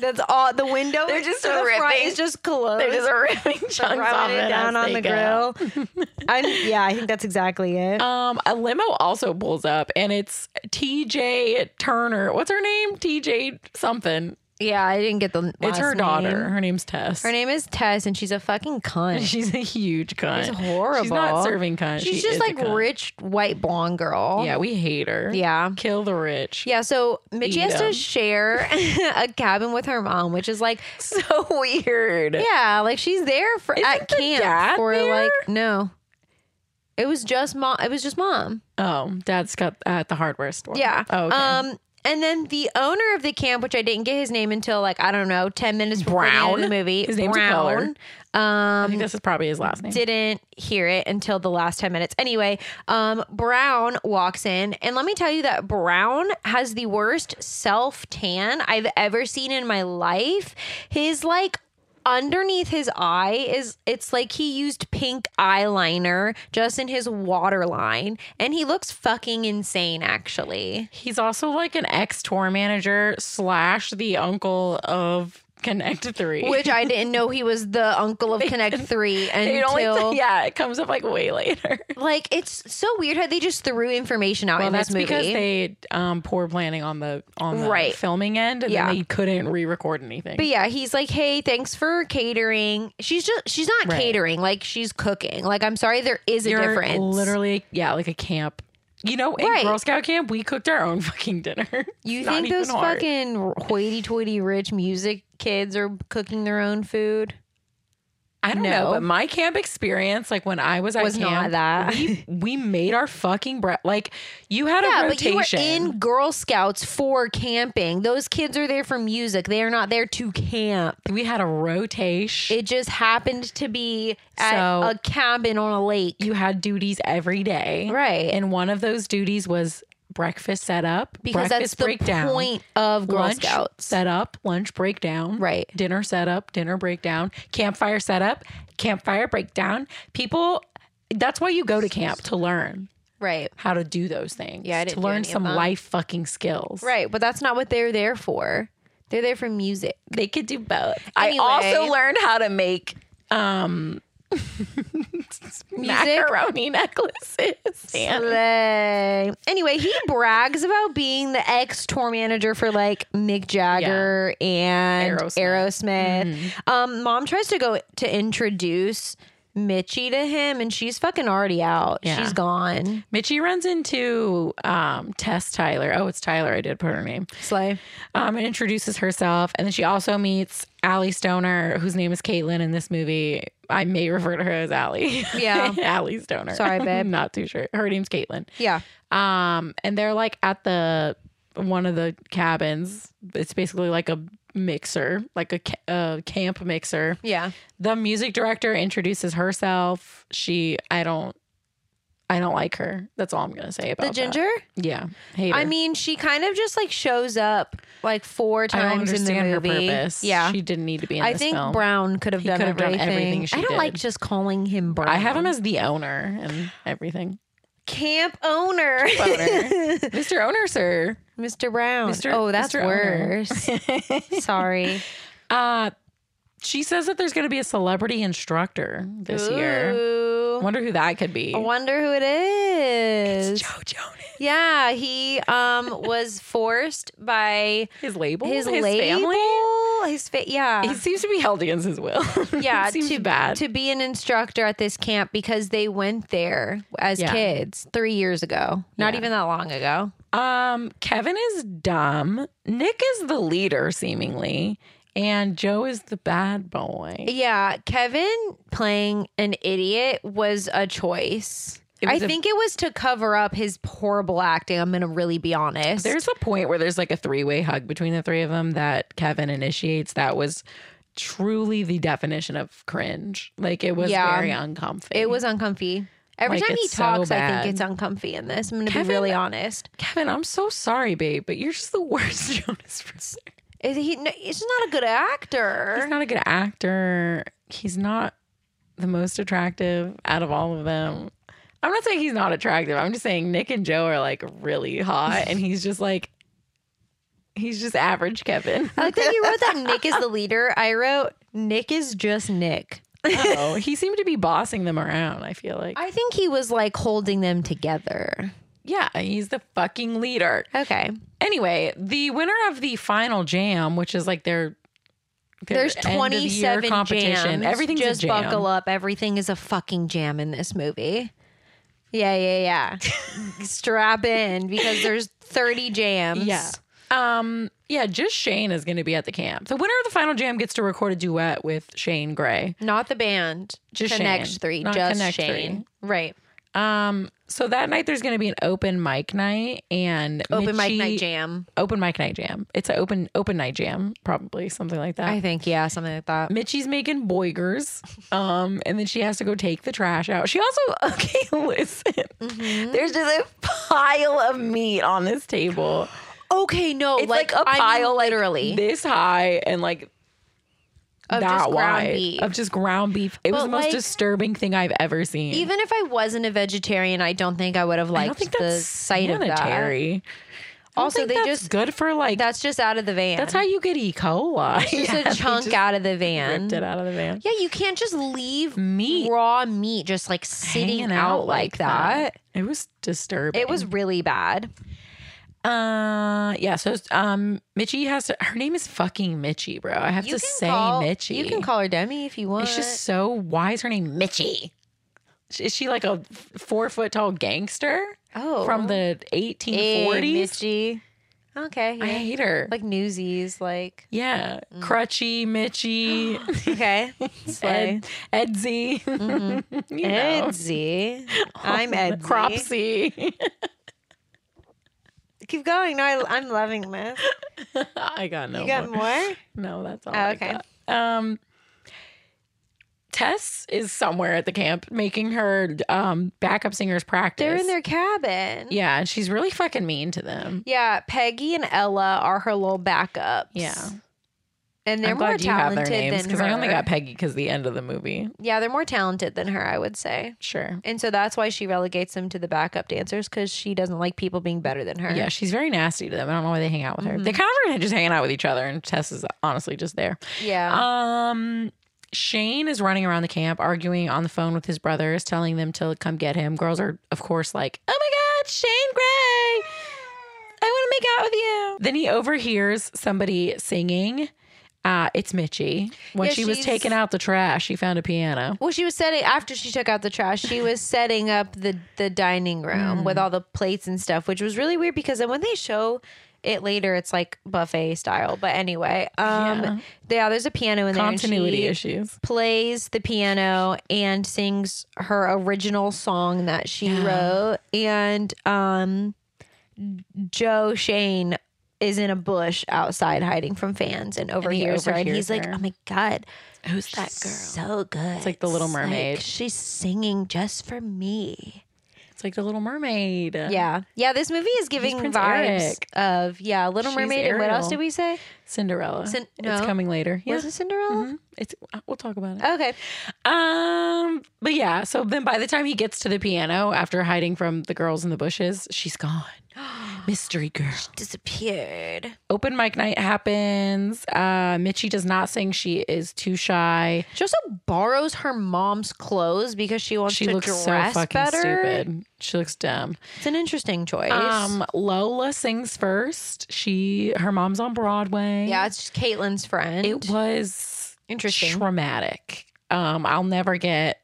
that's all. The window
They're just
to the front
ripping-
is just closed.
They're just ripping chunks off
rubbing it
as
down on
they
the
go.
grill. I, yeah, I think that's exactly it.
Um, a limo also pulls up, and it's T.J. Turner. What's her name? T.J. something.
yeah, I didn't get the.
It's her
last
daughter.
name.
Her name's Tess.
Her name is Tess, and she's a fucking cunt.
She's a huge cunt.
She's horrible.
She's not serving cunt.
She's
She
just
is a
like
cunt.
rich white blonde girl.
Yeah, we hate her.
Yeah.
Kill the rich.
Yeah, so Mitchie
Eat
has
'em.
to share a cabin with her mom, which is like,
So weird.
yeah, like she's there for at
the
camp
dad
for
there?
like no, it was just mom. It was just mom.
Oh, dad's got at the hardware store.
Yeah.
Oh, okay.
Um, and then the owner of the camp, which I didn't get his name until like I don't know, ten minutes before the end
Brown?
of the movie.
His name's a
Brown.
I think
Um,
this is probably his last name.
didn't hear it until the last ten minutes. Anyway, um, Brown walks in, and let me tell you that Brown has the worst self tan I've ever seen in my life. His like. Underneath his eye is it's like he used pink eyeliner just in his waterline, and he looks fucking insane. Actually,
He's also like an ex tour manager slash the uncle of Connect Three.
which I didn't know he was the uncle of Connect Three
It only-
until
yeah, it comes up like way later.
like it's so weird how they just threw information out
Well,
in
that's
this movie.
because they um poor planning on the on the
Right.
filming end, and
Yeah.
then they couldn't re-record anything.
but yeah, he's like, "Hey, thanks for catering." She's just she's not
Right.
catering, like she's cooking. Like I'm sorry, there is a
You're
difference.
Literally, yeah, like a camp. You know, in
Right.
Girl Scout camp, we cooked our own fucking dinner.
you
It's not
think
even
those
hard.
fucking hoity-toity rich music kids are cooking their own food?
I don't
No.
know, but my camp experience, like when I was at
Was
camp,
not that.
we, we made our fucking bread. Like you had
Yeah,
a
but you
rotation.
were in Girl Scouts for camping. Those kids are there for music. They are not there to camp.
we had a rotation.
It just happened to be at
So-
a cabin on a lake.
you had duties every day,
Right.
And one of those duties was breakfast setup,
because that's
breakfast
the
breakdown,
point of Girl
lunch
Scouts.
setup, lunch breakdown,
Right.
Dinner setup, dinner breakdown, campfire setup, campfire breakdown. People, that's why you go to camp to learn.
right.
how to do those things.
Yeah, I didn't
to
do
learn
any of
some
them.
life fucking skills.
Right. But that's not what they're there for. They're there for music.
They could do both. I
Anyway.
also learned how to make um macaroni necklaces. And
Slay. Anyway, he brags about being the ex tour manager for like Mick Jagger and Aerosmith.
Aerosmith. Mm-hmm.
Um, Mom tries to go to introduce Mitchie to him, and she's fucking already out.
Yeah.
She's gone.
Mitchie runs into um, Tess Tyler. Oh, it's Tyler. I did put her name.
Slay.
Um, and introduces herself, and then she also meets Allie Stoner, whose name is Caitlin in this movie. I may refer to her as Allie.
Yeah.
Allie Stoner.
Sorry, babe.
I'm not too sure. Her name's Caitlin.
Yeah.
Um, and they're like at the one of the cabins. It's basically like a mixer, like a, ca- a camp mixer.
Yeah.
The music director introduces herself. She, I don't, I don't like her. That's all I'm gonna say about
The
that.
ginger?
Yeah, hate her.
I mean, she kind of just like shows up like four
I don't
times in the
understand her
movie.
purpose.
Yeah.
she didn't need to be in
I
this
think
film.
Brown could have
He
done,
could have done
everything.
everything she
I don't
did.
like just calling him Brown.
I have him as the owner and everything.
camp owner.
Owner. Mr. Owner, sir.
Mr. Brown.
Mr.
Oh, that's
Mr. Owner.
worse. Sorry.
Uh, she says that there's going to be a celebrity instructor this year.
Ooh.
Wonder who that could be.
I wonder who it is.
Joe Jonas.
Yeah, he um was forced by
Oh, His label.
his, label. His fa- yeah.
He seems to be held against his will.
yeah,
It seems
to,
bad.
to be an instructor at this camp because they went there as
Yeah.
kids three years ago, not
Yeah.
even that long ago.
um, Kevin is dumb. Nick is the leader, seemingly. And Joe is the bad boy.
Yeah, Kevin playing an idiot was a choice.
It
I
was a-
think it was to cover up his horrible acting. I'm gonna really be honest.
There's a point where there's like a three way hug between the three of them that Kevin initiates. That was truly the definition of cringe. Like it was
Yeah.
very uncomfortable.
it was uncomfy. Every
Like,
time he
it's so
talks, I
bad.
think it's uncomfy in this. I'm gonna
Kevin-
be really honest.
Kevin, I'm so sorry, babe, but you're just the worst Jonas person.
Is he? No, he's just not a good actor.
He's not a good actor. He's not the most attractive out of all of them. I'm not saying he's not attractive. I'm just saying Nick and Joe are like really hot, and he's just like, he's just average Kevin.
I like that you wrote that Nick is the leader. I wrote Nick is just Nick.
Oh, he seemed to be bossing them around. I feel like,
I think he was like holding them together.
yeah, he's the fucking leader.
Okay.
Anyway, the winner of the final jam, which is like their, their
There's
end of the year
27 jams.
Everything's
just
a jam.
buckle up. Everything is a fucking jam in this movie. Yeah, yeah, yeah. Strap in because there's 30 jams.
Yeah. Um, yeah, just Shane is going to be at the camp. The winner of the final jam gets to record a duet with Shane Gray.
Not the band.
Just
Connect
Shane.
Three.
Not
just
Connect
Shane. Right.
Um, so that night there's going to be an open mic night and
Open mic night
Mitchie-
jam.
Open mic night jam. It's an open open night jam, probably something like that.
I think, yeah, something like that.
Mitchie's making boigers, um, and then she has to go take the trash out. She also okay, listen.
Mm-hmm.
There's just a pile of meat on this table.
Okay, no,
It's
like,
like a
I mean
pile, like,
literally.
this high and like
Of
that
just ground
wide
beef.
of just ground beef. It was
But,
the most
like,
disturbing thing I've ever seen.
Even if I wasn't a vegetarian, I don't think I would have
I
liked
don't think
the
that's
sight of
sanitary.
that. Also, they just
good for like
that's just out of the van.
that's how you get E. coli.
just
Yeah,
a
they
chunk
just
out of the van.
ripped it out of the van.
Yeah, you can't just leave
Meat.
raw meat just like sitting
Hanging
out, like that.
It was disturbing.
It was really bad.
uh yeah. So um, Mitchie has to. Her name is fucking Mitchie, bro. I have
You
to
can
say
call,
Mitchie.
You can call her Demi if you want.
It's just so. Why is her name Mitchie? Is she like a four foot tall gangster
oh
from the
Hey,
1840s?
Mitchie. Okay,
I
yeah.
hate her.
like Newsies, like
Yeah,
Mm.
crutchy, Mitchy,
okay,
Ed, Edsy, you know,
Edsy. Mm-hmm. I'm Edsy.
Cropsy.
Keep going. No, I, I'm loving this.
I got no.
You got
more.
more?
No, that's all.
Oh,
I
okay.
got. Um, Tess is somewhere at the camp making her um backup singers practice.
They're in their cabin.
Yeah, and she's really fucking mean to them.
Yeah, Peggy and Ella are her little backups.
Yeah.
And they're
I'm
more
glad you have
talented
their names
than
because
her.
I only got Peggy because the end of the movie.
yeah, they're more talented than her, I would say.
Sure.
And so that's why she relegates them to the backup dancers because she doesn't like people being better than her.
Yeah, she's very nasty to them. I don't know why they hang out with her. They
Mm-hmm.
kind of are just hanging out with each other, and Tess is honestly just there.
Yeah.
Um, Shane is running around the camp arguing on the phone with his brothers, telling them to come get him. Girls are, of course, like, "Oh my God, Shane Gray! I want to make out with you." Then he overhears somebody singing. Uh, it's Mitchie. When
Yeah,
she was
she's-
taking out the trash, she found a piano.
well, she was setting after she took out the trash. She was setting up the the dining room
Mm.
with all the plates and stuff, which was really weird because then when they show it later, it's like buffet style. But anyway, um,
Yeah.
yeah, there's a piano in there. and
Continuity
she-
issues.
plays the piano and sings her original song that she wrote and um Joe Shane is in a bush outside hiding from fans and overhears her and
overhears
he's like
her.
oh my god
Who's that
she's so good it's
like The Little Mermaid.
she's singing just for me
It's like the Little Mermaid. uh,
yeah yeah this movie is giving
Prince
vibes
Eric.
of yeah Little
She's
Mermaid and what else
Ariel.
did we say
Cinderella.
Cin-
It's
no.
coming later. Yeah. Mm-hmm.
was it Cinderella
Mhm. It's we'll talk about it.
okay
Um, but yeah, so then by the time he gets to the piano after hiding from the girls in the bushes, she's gone. Mystery girl.
disappeared
Open mic night happens. Uh Mitchie does not sing. She is too shy.
She also borrows her mom's clothes because she wants
She
to
looks so
dress
fucking
better.
stupid. She looks dumb.
It's an interesting choice.
Um Lola sings first. She her mom's on Broadway.
yeah, it's just Caitlin's friend.
it was
interesting.
traumatic. Um, I'll never get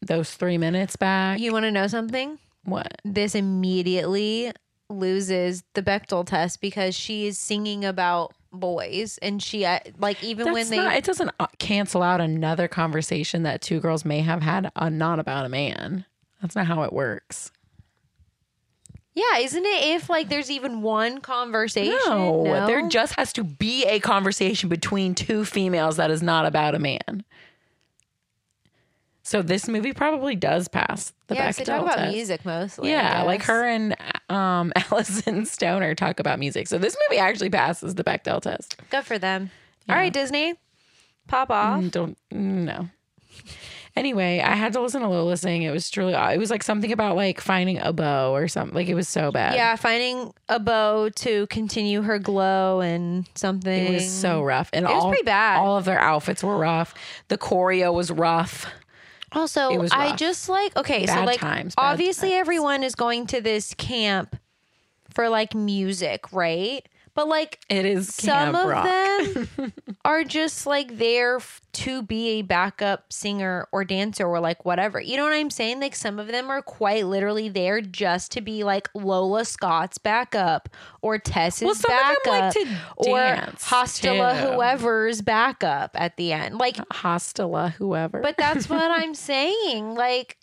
those three minutes back.
you want to know something?
what?
This immediately loses the Bechtel test because she is singing about boys, and she uh, like even when
That's
they
not- it doesn't uh, cancel out another conversation that two girls may have had uh, not about a man. That's not how it works.
yeah, isn't it if like there's even one conversation?
No, there
No?
just has to be a conversation between two females that is not about a man. So this movie probably does pass the
yeah, 'cause
Bechdel
they talk about
test.
music mostly. I
Yeah, like
guess.
her and um, Allison Stoner talk about music. So this movie actually passes the Bechdel test.
Good for them. All right, Disney, pop off.
Mm, Don't mm, no. Anyway, I had to listen to Lola sing. It was truly it was like something about like finding a bow or something. Like it was so bad.
Yeah, finding a bow to continue her glow and something.
It was so rough. And
was
all
pretty bad.
all of their outfits were rough. The choreo was rough.
Also,
It was
I
rough.
just like okay, so
Bad
like
times, bad
obviously everyone is going to this camp for like music, right? But like
It is
some
camp
of
rock.
them are just like there f- to be a backup singer or dancer or like whatever. You know what I'm saying? Like some of them are quite literally there just to be like Lola Scott's backup or Tess's
Well, some of
backup
them like to
or
dance,
Hostela
too.
whoever's backup at the end. Like
Hostela, whoever.
but that's what I'm saying. Like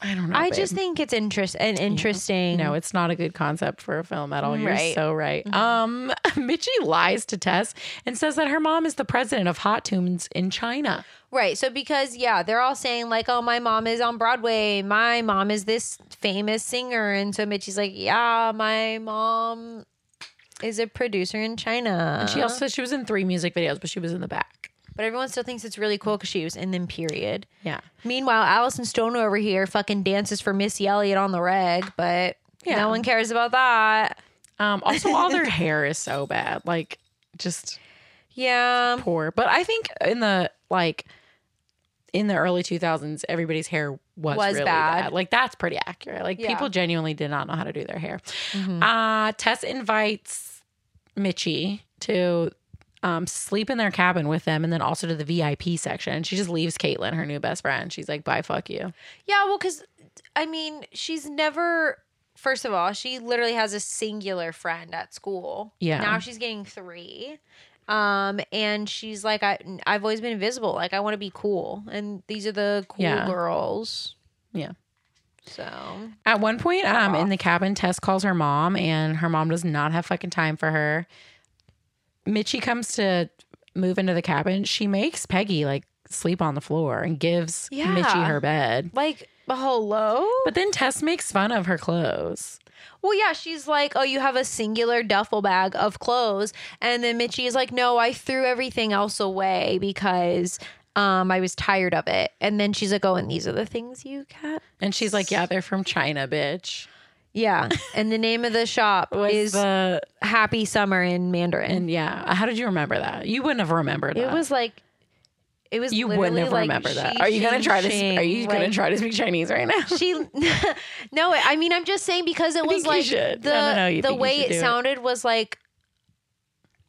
I don't know.
I
Oh, babe.
just think it's interest and interesting.
No, it's not a good concept for a film at all. You're
Right. Mm-hmm.
so right. Um, Mitchie lies to Tess and says that her mom is the president of Hot Tunes in China.
Right. So because yeah, they're all saying like, "Oh, my mom is on Broadway. My mom is this famous singer." And so Mitchie's like, "Yeah, my mom is a producer in China."
She also said she was in three music videos, but she was in the back.
but everyone still thinks it's really cool because she was in them. Period.
Yeah.
Meanwhile, Allison Stoner over here fucking dances for Missy Elliott on the reg, but
Yeah.
no one cares about that.
Um, also, all their hair is so bad, like just
Yeah.
poor. But I think in the like in the early 2000s, everybody's hair was,
Was
really
bad.
bad. Like that's pretty accurate. Like
Yeah. Mm.
people genuinely did not know how to do their hair. Uh, Tess invites Mitchie to um, sleep in their cabin with them and then also to the VIP section. She just leaves Caitlin, her new best friend. She's like, bye, fuck you.
Yeah, well, because I mean, she's never. First of all, she literally has a singular friend at school.
Yeah.
Now she's getting three, um, and she's like, I, I've always been invisible. Like, I want to be cool, and these are the cool
Yeah.
girls.
Yeah.
So
At one point, um, in the cabin, Tess calls her mom, and her mom does not have fucking time for her. Mitchie comes to move into the cabin. She makes Peggy like sleep on the floor and gives
Yeah.
Mitchie her bed.
like, hello.
But then Tess makes fun of her clothes.
Well, yeah, she's like, oh, you have a singular duffel bag of clothes. And then Mitchie is like, no, I threw everything else away because um, I was tired of it. And then she's like, oh, and these are the things you kept.
And she's like, Yeah, they're from China, bitch.
Yeah. And the name of the shop
Was
is
the
Happy Summer in Mandarin.
and yeah. How did you remember that? You wouldn't have remembered
it
that.
was like, it was
you
literally
wouldn't have
like
remembered that.
she-
Are you gonna
she-
try to
she-
sp- are you gonna
like,
try to speak Chinese right now?
she no i mean i'm just saying because it was
think you
like
should.
the
No, no, no, you
the
think you
way
should
it
do it.
sounded was like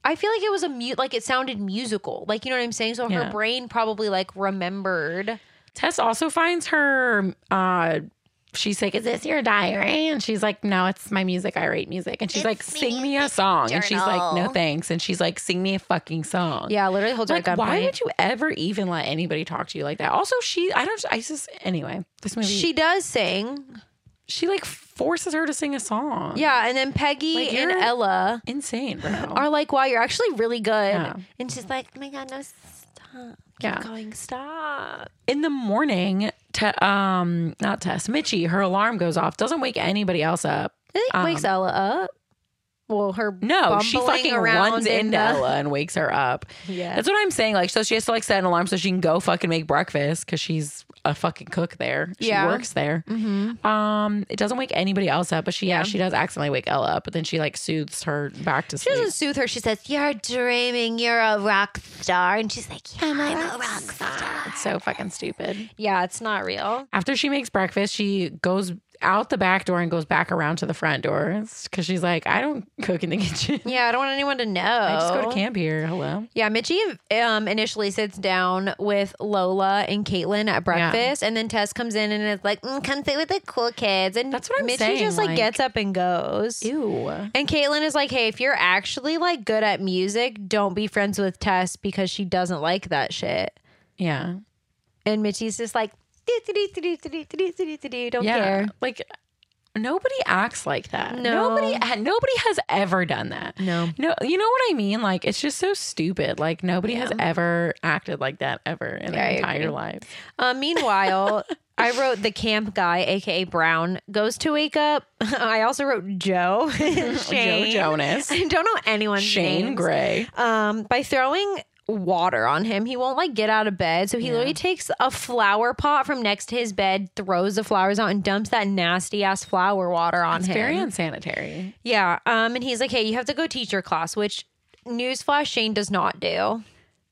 i feel like it was a mute like it sounded musical like you know what i'm saying so her
Yeah.
brain probably like remembered
Tess also finds her. Uh, she's like, "Is this your diary?" And she's like, "No, it's my music. I write music." And she's like, "Sing me a song." And she's like, "No thanks." And she's like, "Sing me a fucking song."
yeah literally holds
Like,
her at
why
gunpoint
would you ever even let anybody talk to you like that? Also, she, I don't, I just, anyway, this movie, she,
she does sing
she like forces her to sing a song.
yeah and then peggy
Like,
and
you're-
ella
Insane, bro.
are like wow you're actually really good
Yeah.
and she's like oh my god no stop Keep
Yeah.
going stop
in the morning, te- um, not Tess, Mitchie, her alarm goes off, doesn't wake anybody else up.
i think
Um,
wakes ella up well her
No, she
bumbling
fucking
around
runs
in
into
the-
Ella and wakes her up.
Yeah.
That's what I'm saying. Like, so she has to like set an alarm so she can go fucking make breakfast because she's a fucking cook there. She
Yeah.
works there. Um, it doesn't wake anybody else up, but she yeah, she does accidentally wake Ella up, but then she like soothes her back to
She
sleep.
doesn't soothe her. She says, "You're dreaming. You're a rock star," and she's like, "Yeah, I'm a rock star." Mm-hmm.
It's so fucking stupid.
Yeah, it's not real.
After she makes breakfast, she goes out the back door and goes back around to the front door because she's like, I don't cook in the kitchen.
Yeah, I don't want anyone to know.
I just go to camp here. Hello.
Yeah, Mitchie um, initially sits down with Lola and Caitlin at breakfast, and then Tess comes in and it's like, mm, "Come sit with the cool kids." And
That's what I'm
Mitchie
saying,
just like,
like-
gets up and goes.
Ew.
And Caitlin is like, "Hey, if you're actually like good at music, don't be friends with Tess because she doesn't like that shit."
Yeah.
And Mitchie's just like, "Do, do, do, do, do, do, do, do, do, do, "Don't
Yeah.
care."
Like nobody acts like that.
No.
Nobody ha- nobody has ever done that.
No.
No, you know what I mean? Like it's just so stupid. Like nobody has ever acted like that ever in
Yeah, I
their entire
agree.
life.
Uh, meanwhile, I wrote the camp guy, aka Brown, goes to wake up. I also wrote Joe, Shane
Jonas.
I don't know anyone's
Shane
names.
Gray.
Um, by throwing water on him, he won't like get out of bed. So he literally takes a flower pot from next to his bed, throws the flowers out, and dumps that nasty ass flower water on
It's
him.
very unsanitary.
yeah. Um, and he's like, "Hey, you have to go teach your class," which newsflash, Shane does not do.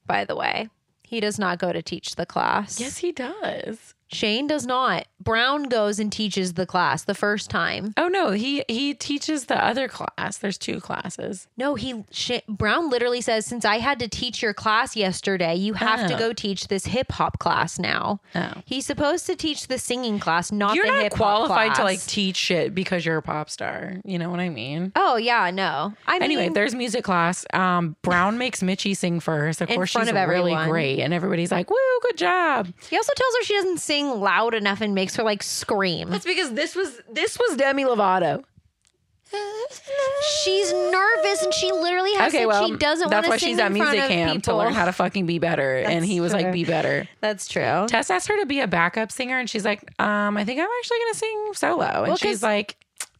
By the way, he does not go to teach the class.
Yes, he does.
Shane does not. Brown goes and teaches the class the first time.
Oh no, he he teaches the other class. There's two classes.
No, he Sh- Brown literally says, "Since I had to teach your class yesterday, you have to
Oh.
go teach this hip hop class now."
Oh.
He's supposed to teach the singing class, not
You're
the
not
hip hop
qualified
class.
to like teach shit because you're a pop star. You know what I mean?
Oh yeah, no. I
Anyway,
mean,
there's music class. Um, Brown makes Mitchie sing first. Of
In
course,
front
she's
of
really
everyone.
great, and everybody's like, "Woo, good job!"
he also tells her she doesn't sing loud enough and makes her like scream.
That's because this was this was Demi Lovato.
She's nervous and she literally has
Okay,
said
well,
she doesn't
that's
want to
why
sing
she's at
in
music
front of
camp
people.
to learn how to fucking be better. and he was like,
true.
"Be better."
That's true.
Tess asked her to be a backup singer, and she's like, "Um, I think I'm actually gonna sing solo." And
Well, 'cause-
she's like,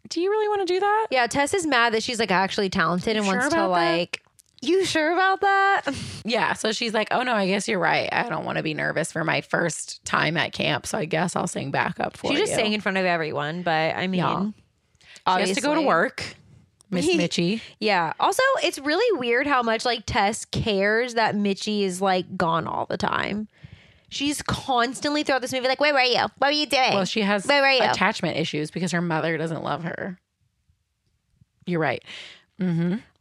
"Do you really want to do that?"
Yeah, Tess is mad that she's like actually talented and
You
wants
sure
to
about that?
like. You sure about that?
Yeah. So she's like, oh no, I guess you're right. I don't want to be nervous for my first time at camp. So I guess I'll sing back up for
She
you.
just sang in front of everyone, but I mean,
Yeah. She
obviously
has to go to work, Miss Mitchie.
Yeah. Also, it's really weird how much like Tess cares that Mitchie is like gone all the time. She's constantly throughout this movie like, "Where were you? What were you doing?"
Well, she has
Where were you?
attachment issues because her mother doesn't love her. You're right.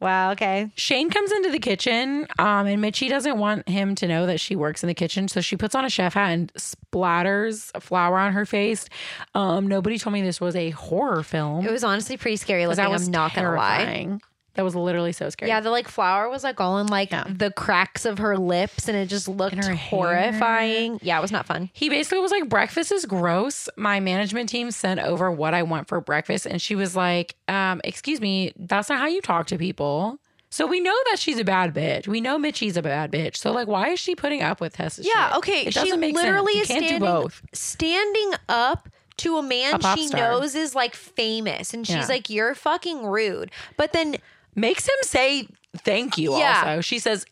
wow. Okay.
Shane comes into the kitchen, um, and Mitchie doesn't want him to know that she works in the kitchen, so she puts on a chef hat and splatters flour on her face. Um, nobody told me this was a horror film.
It was honestly pretty scary
'cause
looking.
that was
I'm not gonna lie.
terrifying. That was literally so scary.
Yeah, the like flour was like all in like the cracks of her lips, and it just looked
her
horrifying. Yeah, it was not fun.
He basically was like, breakfast is gross. My management team sent over what I want for breakfast. And she was like, um, excuse me, that's not how you talk to people. So we know that she's a bad bitch. We know Mitchie's a bad bitch. So like, why is she putting up with Tessa's
Yeah,
shit?
okay.
It doesn't
she
make sense.
literally
You
is
can't
standing,
do both.
standing up to a man
A pop
she
star.
knows is like famous, and she's
Yeah.
like, "You're fucking rude." But then,
Makes him say thank you.
Yeah.
Also, she says,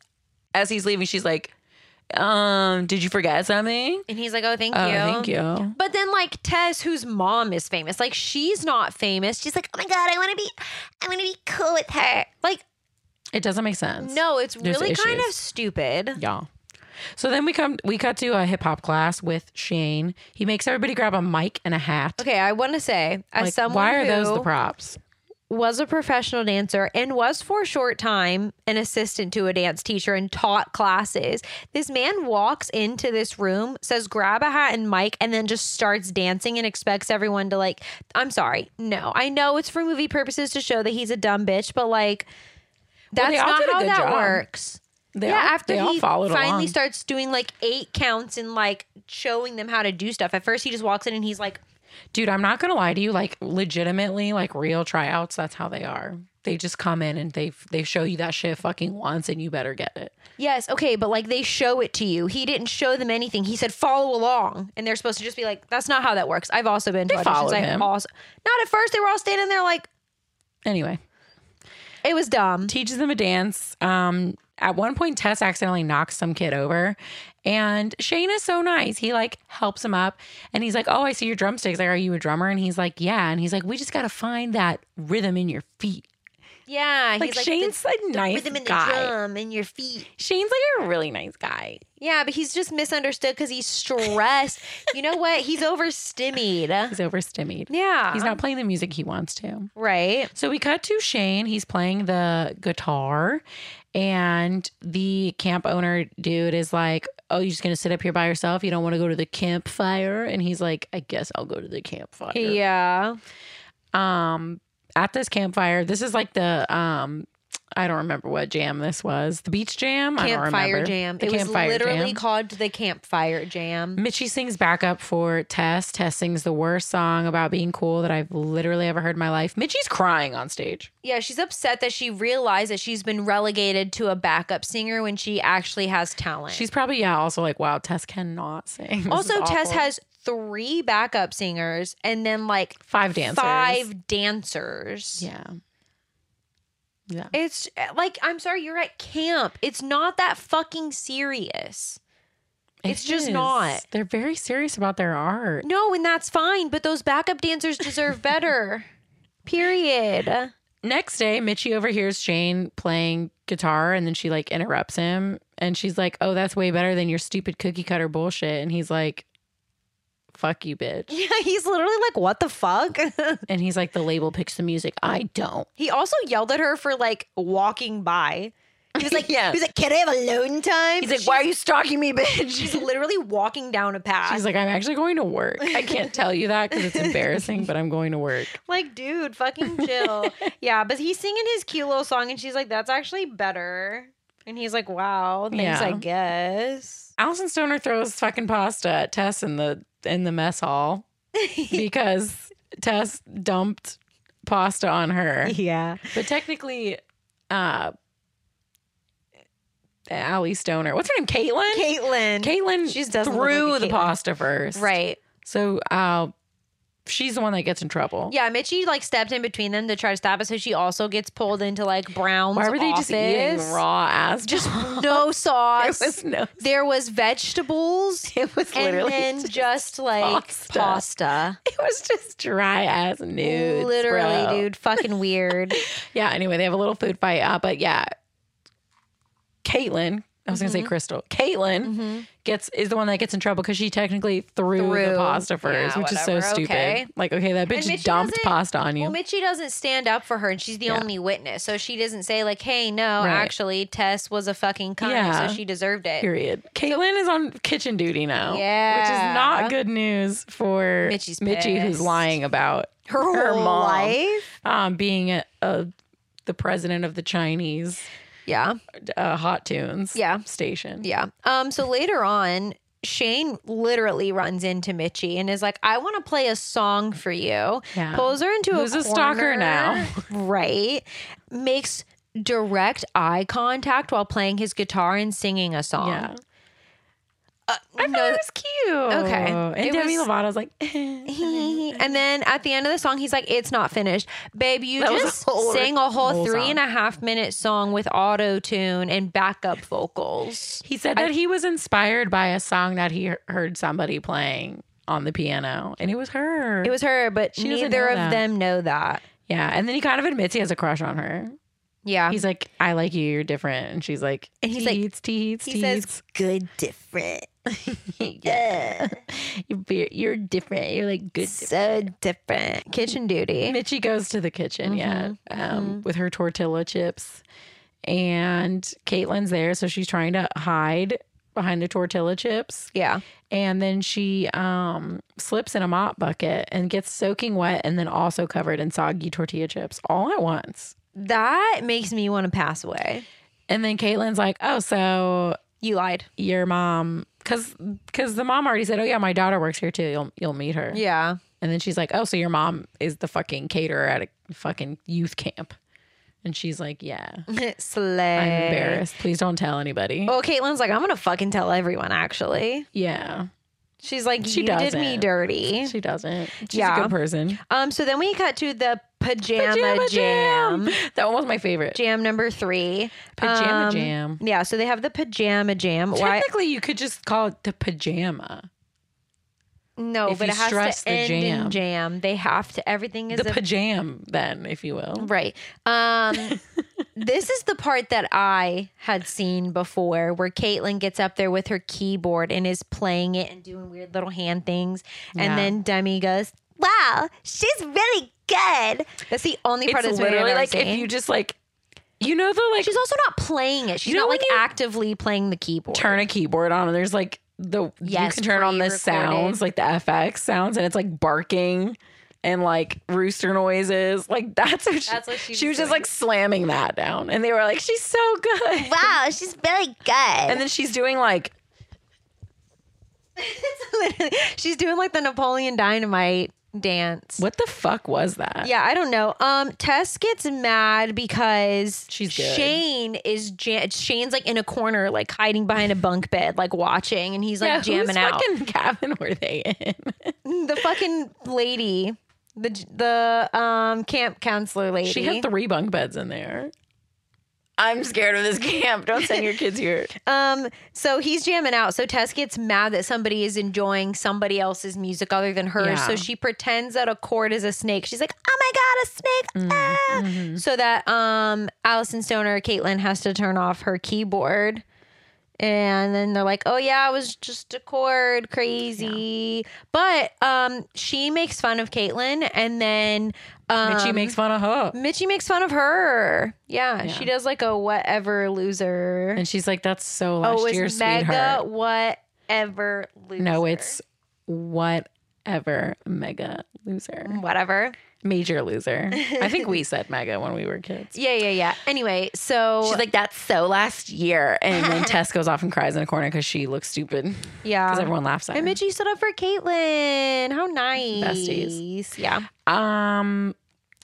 as he's leaving, she's like, um, did you forget something?
and he's like, "Oh, thank
Oh,
you,
thank you.
But then, like Tess, whose mom is famous, like she's not famous. She's like, "Oh my god, I want to be, I want to be cool with her." Like,
It doesn't make sense.
no, it's
There's
really kind of
issues.
stupid.
Y'all. So then we come we cut to a hip hop class with Shane. He makes everybody grab a mic and a hat.
Okay, I want to say, as
Like,
someone
why are
who
those the props?
was a professional dancer and was for a short time an assistant to a dance teacher and taught classes. This man walks into this room, says grab a hat and mic, and then just starts dancing and expects everyone to like I'm sorry. No. I know it's for movie purposes to show that he's a dumb bitch, but like that's
they all
not
did a
how
good
that
job.
works.
They
yeah,
all,
after
they all
he
followed
finally
along.
starts doing like eight counts and like showing them how to do stuff. At first he just walks in and he's like
Dude, I'm not gonna lie to you. Like legitimately, like real tryouts. That's how they are. They just come in and they they show you that shit fucking once, and you better get it.
Yes, okay, but like they show it to you. He didn't show them anything. He said follow along, and they're supposed to just be like, "That's not how that works." I've also been to
They
auditions.
followed
I
him.
also not at first. They were all standing there like
Anyway,
it was dumb.
teaches them a dance. Um, at one point, Tess accidentally knocks some kid over, and Shane is so nice. He like helps him up, and he's like, "Oh, I see your drumsticks. Like, are you a drummer?" And he's like, "Yeah." And he's like, "We just gotta find that rhythm in your feet."
Yeah,
Like, Shane's
the,
a nice
rhythm in
guy.
the drum and your feet.
Shane's like a really nice guy.
Yeah, but he's just misunderstood because he's stressed. you know what? He's overstimmied.
He's overstimmied.
Yeah,
He's not playing the music he wants to.
right.
So we cut to Shane. He's playing the guitar, and the camp owner dude is like, "Oh, you're just gonna sit up here by yourself? You don't want to go to the campfire?" And he's like, "I guess I'll go to the campfire."
Yeah,
Um, at this campfire, this is like the um, I don't remember what jam this was. The beach jam. I don't
campfire
remember.
jam.
The
it was
campfire
literally
jam.
called the campfire jam.
Mitchie sings backup for Tess. Tess sings the worst song about being cool that I've literally ever heard in my life. Mitchie's crying on stage.
Yeah, she's upset that she realized that she's been relegated to a backup singer when she actually has talent.
She's probably, yeah, also like, wow, Tess cannot sing. This
also
is
Tess
awful.
has three backup singers and then like
five dancers.
five dancers.
Yeah. Yeah.
It's eh, like I'm sorry, you're at camp. It's not that fucking serious. it's just not.
They're very serious about their art.
No, and that's fine, but those backup dancers deserve better. Period.
Next day, Mitchie overhears Shane playing guitar and then she like interrupts him and she's like, oh, that's way better than your stupid cookie cutter bullshit. And he's like, fuck you, bitch.
Yeah, he's literally like, what the fuck?
And he's like, the label picks the music. I don't.
he also yelled at her for like walking by. He was like,
Yeah.
yeah. He was like, can I have alone time?
He's like, why are you stalking me, bitch?
She's literally walking down a path.
She's
like,
like, I'm actually going to work. I can't tell you that because it's embarrassing, but I'm going to work.
dude, fucking chill. yeah, but he's singing his cute little song, and she's like, that's actually better. And he's like, wow, thanks,
Yeah.
I guess.
Allison Stoner throws fucking pasta at Tess in the in the mess hall because Tess dumped pasta on her.
Yeah.
But technically, uh Allie Stoner. What's her name? Caitlin?
Caitlyn.
Caitlin
She just doesn't look
threw
like a
the
Caitlyn.
pasta first.
Right.
So uh she's the one that gets in trouble.
Yeah, Mitchie like stepped in between them to try to stop it, so she also gets pulled into like Brown's
Why were they just eating
office.
raw ass?
Just no sauce.
There was no-
There was vegetables.
it was
and
literally
then just, like
pasta.
pasta.
It was just dry ass nudes.
Literally,
bro.
dude. Fucking weird.
Yeah. Anyway, they have a little food fight. Uh, but yeah, Caitlin. I was gonna
Mm-hmm.
say Crystal. Caitlin gets is the one that gets in trouble because she technically threw, the
Threw.
pasta first,
Yeah,
which is so
whatever.
stupid.
Okay.
Like, okay, that
And
bitch
Mitchie
dumped
doesn't-
pasta on you.
Well, Mitchie doesn't stand up for her, and she's the
Yeah.
only witness. So she doesn't say like, "Hey, no,
Right.
actually, Tess was a fucking cunt,
Yeah.
so she deserved it."
Period. Caitlin is on kitchen duty now. Which
Yeah.
is not good news for
Mitchie's
Mitchie, who's
pissed.
lying about
Her, whole
mom
life.
um, being a, a, the president of the Chinese
Yeah,
uh, Hot Tunes
Yeah.
station.
yeah. Um. So later on, Shane literally runs into Mitchie and is like, "I want to play a song for you."
Yeah.
Pulls her into
Who's
a
a stalker
corner.
now?
right? Makes direct eye contact while playing his guitar and singing a song.
Yeah.
Uh,
I thought it was cute.
Okay.
And
It
Demi
was-
Lovato's like, eh.
and then at the end of the song, he's like, "It's not finished, babe. You
That was a
just
whole-
sang a
whole
whole three
song.
and a half minute song with auto tune and backup vocals."
he said that he was inspired by a song that he he- heard somebody playing on the piano, and it was her.
It was her, but
She doesn't
neither
know
of
that.
them know that.
yeah. And then he kind of admits he has a crush on her.
Yeah,
He's like, "I like you. You're different," and she's like,
Um, And he's like-
"Teats, teats,
he says,
teats."
"Good, different,
yeah. you're, be- you're different. You're like good.
so different." Kitchen duty.
Mitchie goes to the kitchen, yeah,
Mhm,
um, with her tortilla chips, and Caitlin's there, so she's trying to hide behind the tortilla chips.
Yeah,
and then she um slips in a mop bucket and gets soaking wet and then also covered in soggy tortilla chips all at once.
that makes me want to pass away.
And then Caitlin's like, "Oh, so
You lied.
your mom cuz cuz the mom already said, "Oh yeah, my daughter works here too. You'll you'll meet her."
Yeah.
And then she's like, "Oh, so your mom is the fucking caterer at a fucking youth camp." And she's like, "Yeah.
Slay.
I'm embarrassed. Please don't tell anybody."
Well, Caitlin's like, I'm gonna fucking tell everyone. Actually,
Yeah.
she's like,
She
you did me
doesn't.
dirty.
She doesn't. She's a
Yeah.
good person.
Um. So then we cut to the pajama,
Pajama
jam.
jam.
jam.
That one was my favorite.
number three.
Pajama
Um,
jam.
Yeah. So they have the pajama jam. Why?
Technically, you could just call it the pajama.
No,
If
but
you
it has
stress
to
the
end
jam.
in jam. They have to. Everything is
The
a
pajam, then, if you will.
Right. Um, this is the part that I had seen before where Caitlyn gets up there with her keyboard and is playing it and doing weird little hand things.
Yeah.
And then Demi goes, Wow, she's really good. That's the only part
It's
of this movie I've
literally
ever
like if
seen.
you just like, you know, the like
She's also not playing it. She's
You know
not
when
like
you-
actively playing the keyboard.
turn a keyboard on and there's like the you
Yes,
can turn on the
pre-recorded.
sounds like the FX sounds and it's like barking and like rooster noises like that's what she,
That's what she
she was
was
just
doing.
like slamming that down and they were like she's so good
Wow, she's really good.
and then she's doing like
It's literally- she's doing like the Napoleon Dynamite dance.
what the fuck was that
Yeah, I don't know. Um, Tess gets mad because
She's good.
Shane is jam- Shane's like in a corner, like hiding behind a bunk bed, like watching, and he's like
yeah
jamming
whose
out.
fucking cabin were they in
the fucking lady, the the um camp counselor lady.
she had three bunk beds in there I'm scared of this camp don't send your kids here
um, so he's jamming out. So Tess gets mad that somebody is enjoying somebody else's music other than hers.
Yeah.
So she pretends that a chord is a snake. She's like, "Oh my
Mm-hmm,
god, a snake!" ah!" So that um, Allison Stoner, Caitlin has to turn off her keyboard. And then they're like, "Oh yeah, it was just a chord, crazy." But um, she makes fun of Caitlyn, and then um,
and she makes fun of her
Mitchie makes fun of her. Yeah, she does like a whatever loser.
and she's like that's so last
Oh,
year
it's
sweetheart
mega whatever loser.
No, it's whatever mega loser,
whatever.
major loser. I think we said mega when we were kids.
Yeah, yeah, yeah. Anyway, so
She's like, that's so last year. And then Tess goes off and cries in a corner because she looks stupid. Because
yeah.
everyone laughs at
And
her.
Mitchie stood up for Caitlyn. How nice.
Besties.
Yeah.
Um,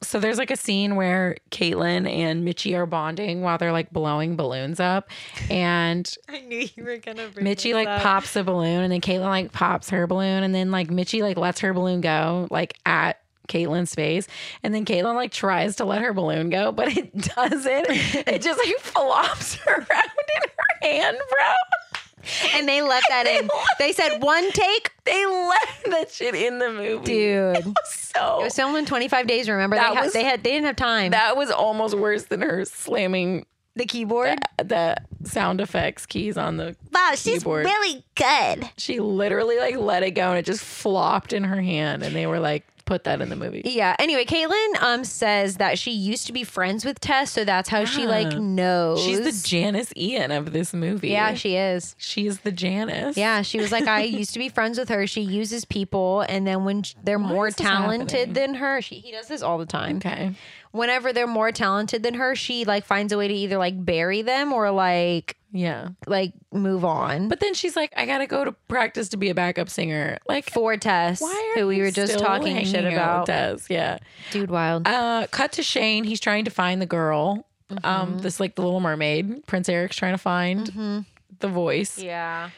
so there's like a scene where Caitlin and Mitchie are bonding while they're like blowing balloons up. And
I knew you were gonna bring
Mitchie like pops a balloon and then Caitlin like pops her balloon and then like Mitchie like lets her balloon go like at Caitlin's face and then Caitlin like tries to let her balloon go but it doesn't. it just like flops around in her hand, bro.
and they left that in. They said one take,
They left that shit in the movie.
dude.
So
It was filmed in 25 days. Remember,
That
they, ha-
was-
they had they didn't have time.
that was almost worse than her slamming
the keyboard.
the sound effects keys on the
Wow,
Keyboard.
really good.
she literally like let it go and it just flopped in her hand and they were like put that in the movie.
Yeah. Anyway, Caitlyn um says that she used to be friends with Tess, so that's how she like knows.
She's the Janice Ian of this movie.
yeah, she is.
she is the Janice.
Yeah, she was like, I used to be friends with her. She uses people, and then when sh- they're more
is this
talented
happening?
than her, she he does this all the time.
Okay.
Whenever they're more talented than her, she like finds a way to either like bury them or like
Yeah.
like move on.
But then she's like, I gotta go to practice to be a backup singer. Like,
for Tess,
why are
who we
you
were just
still
talking shit
hanging out
about,
with Des? Yeah.
dude, wild.
Uh, cut to Shane. He's trying to find the girl.
Mm-hmm.
Um, this like the Little Mermaid. Prince Eric's trying to find the voice.
yeah,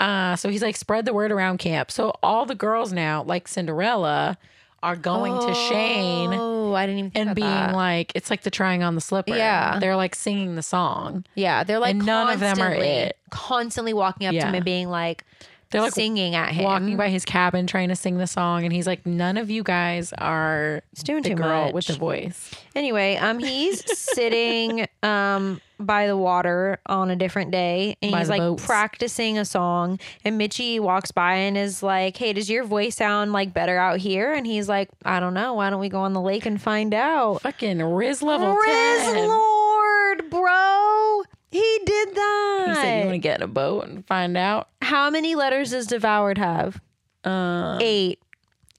Uh, so he's like, spread the word around camp. So all the girls now, like Cinderella, are going to Shane.
Oh, I didn't even think
and
about
being
that.
like it's like the trying on the slipper
Yeah.
they're like singing the song
yeah, they're like
and none of them are
constantly-
it.
Constantly walking up
Yeah.
to him and being like,
they're like
singing at him,
walking by his cabin trying to sing the song and he's like none of you guys are
It's doing
the
too
girl
much.
with the voice
Anyway, um, he's sitting um by the water on a different day, and
By
he's
the
like
boats.
practicing a song. And Mitchie walks by and is like, "Hey, does your voice sound like better out here?" And he's like, "I don't know. Why don't we go on the lake and find out?"
fucking riz level
Riz
10.
Lord, bro, he did that.
he said you want to get in a boat and find out
How many letters does devoured have?
uh
Eight.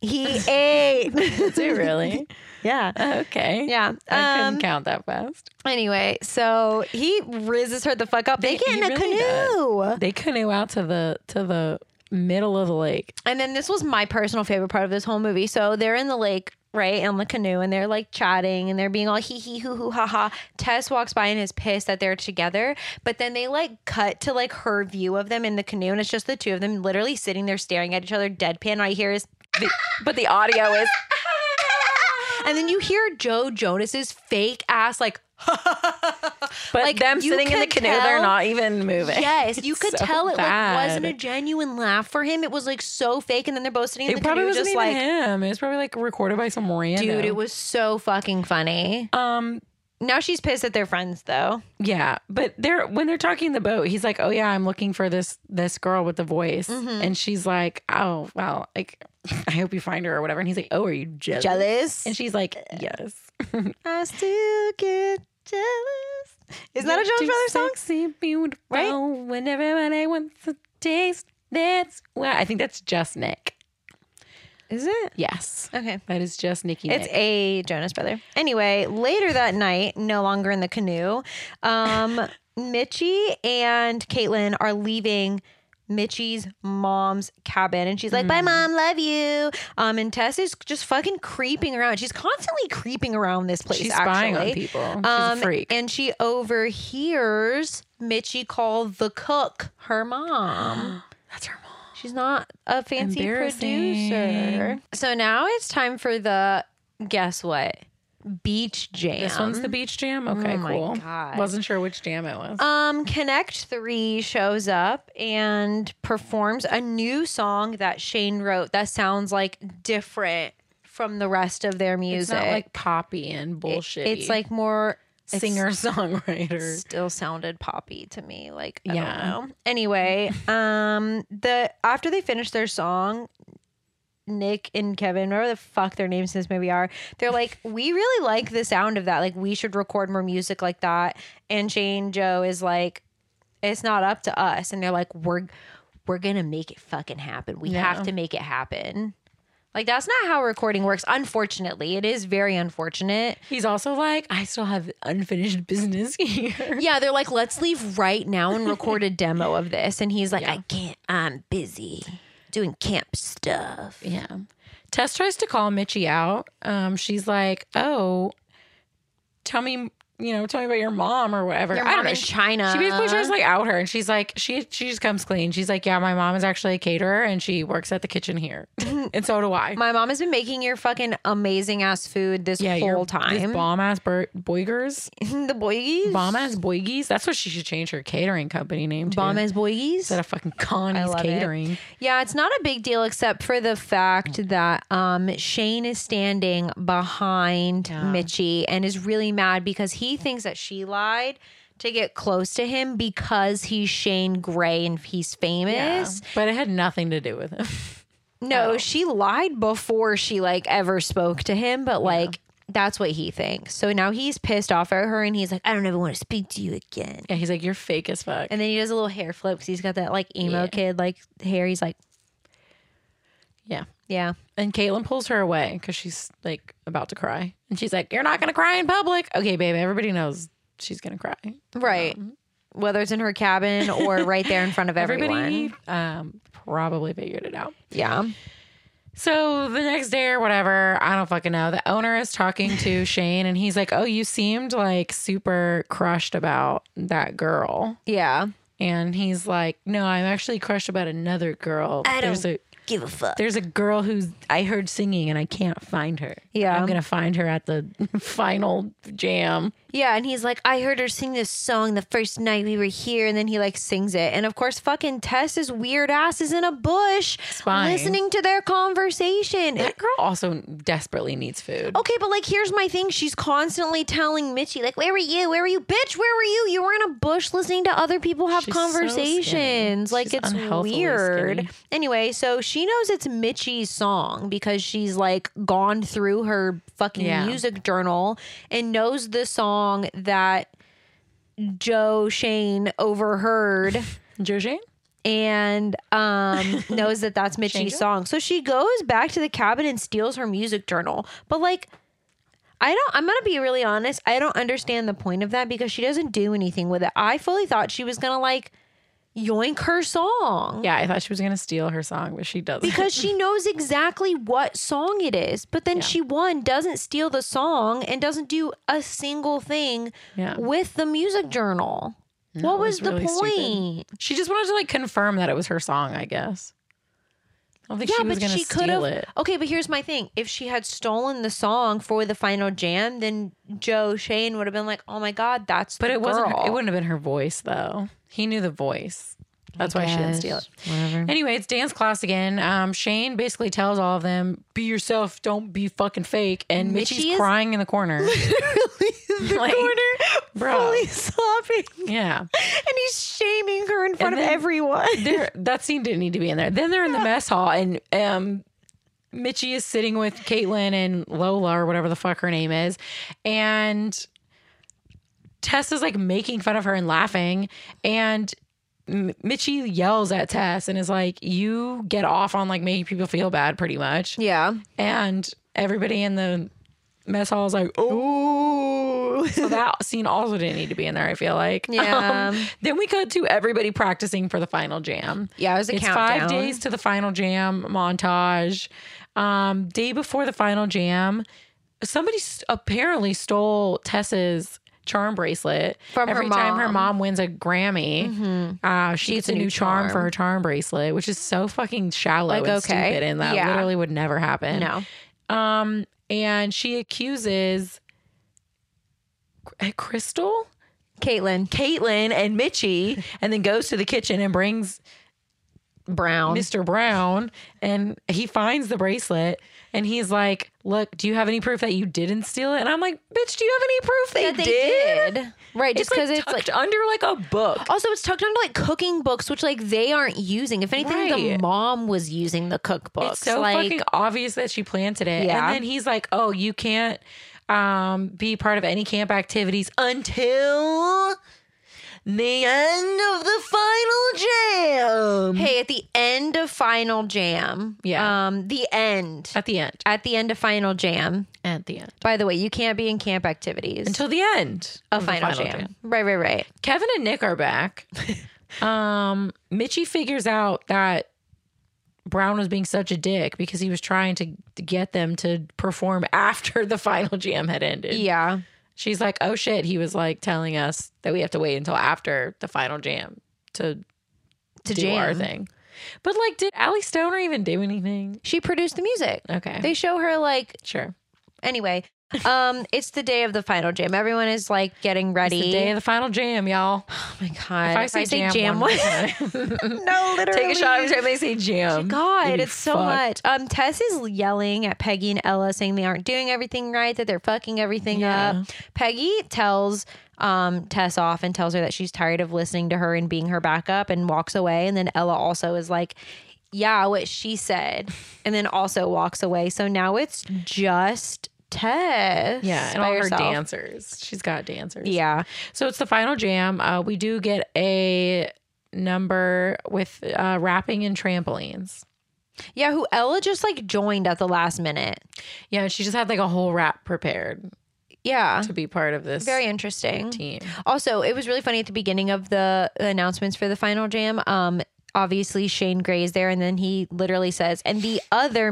He ate.
is it really
yeah.
okay
Yeah.
i
Um,
couldn't count that fast
Anyway, so he rizzes her the fuck up. They,
They-
get in
he
a
really
canoe.
they canoe out to the to the middle of the lake
And then this was my personal favorite part of this whole movie. So they're in the lake, right, on the canoe, and they're like chatting and they're being all hee hee hoo hoo ha ha. Tess walks by and is pissed that they're together. But then they like cut to like her view of them in the canoe, and it's just the two of them literally sitting there staring at each other deadpan. All you hear is
The- but the audio is
and then you hear Joe Jonas's fake ass like
But
Like,
them
you
sitting in the
can
canoe, they're
tell-
not even moving.
Yes, you could
so
tell it like, wasn't a
bad.
genuine laugh for him. It was like so fake, and then they're both sitting in
It
the
probably
canoe,
wasn't
just
even
like,
him. It was probably like recorded by some random
dude, it was so fucking funny.
Um,
Now she's pissed at their friends though.
Yeah, but they're when they're talking in the boat, he's like, "Oh yeah, I'm looking for this this girl with the voice,"
Mm-hmm.
and she's like, "Oh well, like I hope you find her or whatever." And he's like, "Oh, are you jealous?"
Jealous. Eh.
And she's like, "Yes."
I still get jealous. Is that a Jonas Brothers song?
Sexy, beautiful,
Right?
When everybody wants to taste, that's why I think that's just Nick.
Is it?
Yes,
Okay.
that is just Nicky.
It's
Nick.
a Jonas brother. Anyway, later that night, no longer in the canoe, um, Mitchie and Caitlin are leaving Mitchie's mom's cabin, and she's like,
Mm-hmm.
"Bye, mom, love you." Um, and Tess is just fucking creeping around. She's constantly creeping around this place.
she's
actually.
spying on people. She's
Um,
a freak.
and she overhears Mitchie call the cook her mom.
that's her mom.
She's not a fancy producer.
Embarrassing.
So now it's time for the guess what? Beach jam.
This one's the beach jam. Okay,
Oh my
cool.
God.
Wasn't sure which jam it was.
um Connect 3 shows up and performs a new song that Shane wrote that sounds like different from the rest of their music.
It's not like poppy and bullshit.
It's like more it's-
singer songwriter.
still sounded poppy to me. Like I
Yeah.
don't know. Anyway, um the after they finish their song, Nick and Kevin, whatever the fuck their names in this movie are, they're like, We really like the sound of that. Like we should record more music like that. And Shane Joe is like, It's not up to us. And they're like, We're we're gonna make it fucking happen. We have
Yeah.
to make it happen. Like that's not how recording works. Unfortunately, it is very unfortunate.
He's also like, I still have unfinished business here.
Yeah, they're like, let's leave right now and record a demo of this. And he's like, I can't. I'm busy doing camp stuff.
Yeah. Tess tries to call Mitchie out. Um, she's like, Oh, tell me, you know, tell me about your mom or whatever.
Your
I
mom
don't know.
in
She-
China.
She basically tries to like out her and she's like, she she just comes clean. She's like, Yeah, my mom is actually a caterer and she works at the kitchen here. and so do I.
My mom has been making your fucking amazing ass food this
yeah, your-
whole
These
time.
bomb ass bur- boigers.
the boygies,
Bomb ass boigies. That's what she should change her catering company name to.
bomb as boygies.
Instead of fucking Connie's
love it.
catering.
Yeah, it's not a big deal except for the fact that um, Shane is standing behind Mitchie and is really mad because he thinks that she lied to get close to him because he's Shane Gray and he's famous.
But it had nothing to do with him.
No, she lied before she like ever spoke to him, but like that's what he thinks. So now he's pissed off at her and he's like, I don't ever want to speak to you again.
Yeah, he's like, You're fake as fuck.
And then he does a little hair flip because he's got that like emo
Yeah.
kid like hair. He's like,
yeah.
yeah.
And Caitlin pulls her away because she's like about to cry. And she's like, You're not going to cry in public. Okay, babe, everybody knows she's going to cry.
Right. Whether it's in her cabin or right there in front of everyone.
Mm-hmm. Everybody um, probably figured it out.
Yeah.
So the next day or whatever, I don't fucking know. The owner is talking to Shane and he's like, Oh, you seemed like super crushed about that girl.
Yeah.
And he's like, No, I'm actually crushed about another girl.
I
There's
don't
a
Give a fuck.
there's a girl who's I heard singing and I can't find her.
Yeah.
I'm gonna find her at the final jam.
Yeah. And he's like, I heard her sing this song the first night we were here. And then he like sings it. And of course, fucking Tess's weird ass is in a bush
Spying.
listening to their conversation.
That Oh. girl also desperately needs food.
Okay, but like, here's my thing. She's constantly telling Mitchie, like, where were you? Where were you? Bitch, where were you? You were in a bush listening to other people have
She's so
conversations.
skinny.
like,
She's
it's
unhealthily
weird.
skinny.
Anyway, so she knows it's Mitchie's song because she's like gone through her fucking
Yeah.
music journal and knows the song that Joe Shane overheard
Joje?
and um, knows that that's Mitchie's
it?
song. So she goes back to the cabin and steals her music journal. But like, I don't. I'm gonna be really honest. I don't understand the point of that because she doesn't do anything with it. I fully thought she was gonna like yoink her song
Yeah, I thought she was gonna steal her song, but she doesn't.
because she knows exactly what song it is. But then she one doesn't steal the song and doesn't do a single thing
Yeah.
with the music journal. what was,
was really
the
stupid.
point?
she just wanted to like confirm that it was her song, I guess. don't think
Yeah,
she was
but
going
she
to
could
steal
have.
it.
Okay, but here's my thing: if she had stolen the song for the final jam, then Joe Shane would have been like, "Oh my God, that's."
But
the
it wasn't. her-
girl."
it wouldn't have been her voice though. He knew the voice. That's why she didn't steal it.
Whatever.
Anyway, it's dance class again. Um, Shane basically tells all of them, "Be yourself. Don't be fucking fake." And
Mitchie
Mitchie's
is-
crying in the corner.
the
Like,
corner,
bro.
fully sobbing,
yeah,
and he's shaming her in front of
then-
everyone.
there. That scene didn't need to be in there. Then they're in the mess hall, and um, Mitchie is sitting with Caitlin and Lola or whatever the fuck her name is, and Tess is like making fun of her and laughing, and M- Mitchie yells at Tess and is like, "You get off on like making people feel bad, pretty much."
Yeah,
and everybody in the mess hall is like, oh. So that scene also didn't need to be in there. I feel like.
Yeah.
Um, then we cut to everybody practicing for the final jam.
Yeah, it was a
it's
countdown.
five days to the final jam montage. Um, day before the final jam, somebody s- apparently stole Tess's charm bracelet
From her
every time her
mom. Mm-hmm.
mom wins a Grammy. Uh, she, gets, a new, charm. for her charm bracelet, which is so fucking shallow
Like,
and
okay.
stupid, and that
Yeah.
literally would never happen.
no,
Um, and she accuses C- Crystal,
Caitlin
Caitlin, and Mitchie, and then goes to the kitchen and brings
Brown.
Mr. Brown, and he finds the bracelet, and he's like, "Look, do you have any proof that you didn't steal it?" And I'm like, "Bitch, do you have any proof they,
That they
did?"
did. right?
It's
Just
like
because it's like
tucked under like a book.
Also, it's tucked onto like cooking books, which like they aren't using. If anything, the
Right.
mom was using the cookbooks.
It's so
like,
fucking obvious that she planted it.
Yeah.
And then he's like, "Oh, you can't um, be part of any camp activities until the end of the final jam."
hey, at the end of Final Jam,
Yeah.
um, the end
At the end.
at the end of Final Jam.
At the end.
By the way, you can't be in camp activities
Until the end
of
the
Final, jam. Right, right, right.
Kevin and Nick are back. um, Mitchie figures out that Brown was being such a dick because he was trying to to get them to perform after the final jam had ended.
Yeah,
She's like, oh shit. He was like telling us that we have to wait until after the final jam to, do
to jam.
our thing. But like, did Allie Stoner even do anything?
She produced the music.
Okay.
They show her like
sure.
anyway. Um, it's the day of the final jam. Everyone is like getting ready.
It's the day of the final jam, y'all.
oh my god!
If I say jam, one more time.
no, literally,
Take a shot every time they say jam. You'd
God,
be
it's so
fucked.
much. Um, Tess is yelling at Peggy and Ella, saying they aren't doing everything right, that they're fucking everything
Yeah.
up. Peggy tells um Tess off and tells her that she's tired of listening to her and being her backup, and walks away. And then Ella also is like, "Yeah, what she said," and then also walks away. So now it's just Tess.
Yeah, and
by
all
herself.
her dancers. She's got dancers.
Yeah,
So it's the final jam. Uh, we do get a number with uh, rapping and trampolines.
yeah. Who Ella just like joined at the last minute.
Yeah, she just had like a whole rap prepared
Yeah,
to be part of this
very interesting.
team.
Also, it was really funny at the beginning of the announcements for the final jam. Um, obviously Shane Gray is there, and then he literally says, "And the other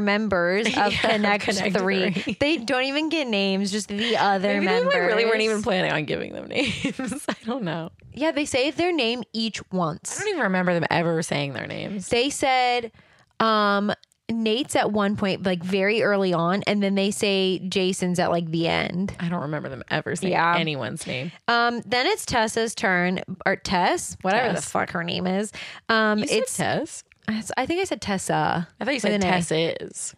members of
Yeah,
Connect,
Connect
Three.
Three.
They don't even get names, just the other
Maybe they
members.
like, really weren't even planning on giving them names. I don't know.
yeah, they say their name each
I
once.
don't even remember them ever saying their names.
They said, um. Nate's at one point, like very early on, and then they say Jason's at like the end.
I don't remember them ever saying
Yeah.
anyone's name.
Um, then it's Tessa's turn, or Tess, whatever the
Tess.
fuck her name is. Um,
You said
it's
Tess.
I I think I said Tessa.
I thought you
with
said
an A.
Tess is.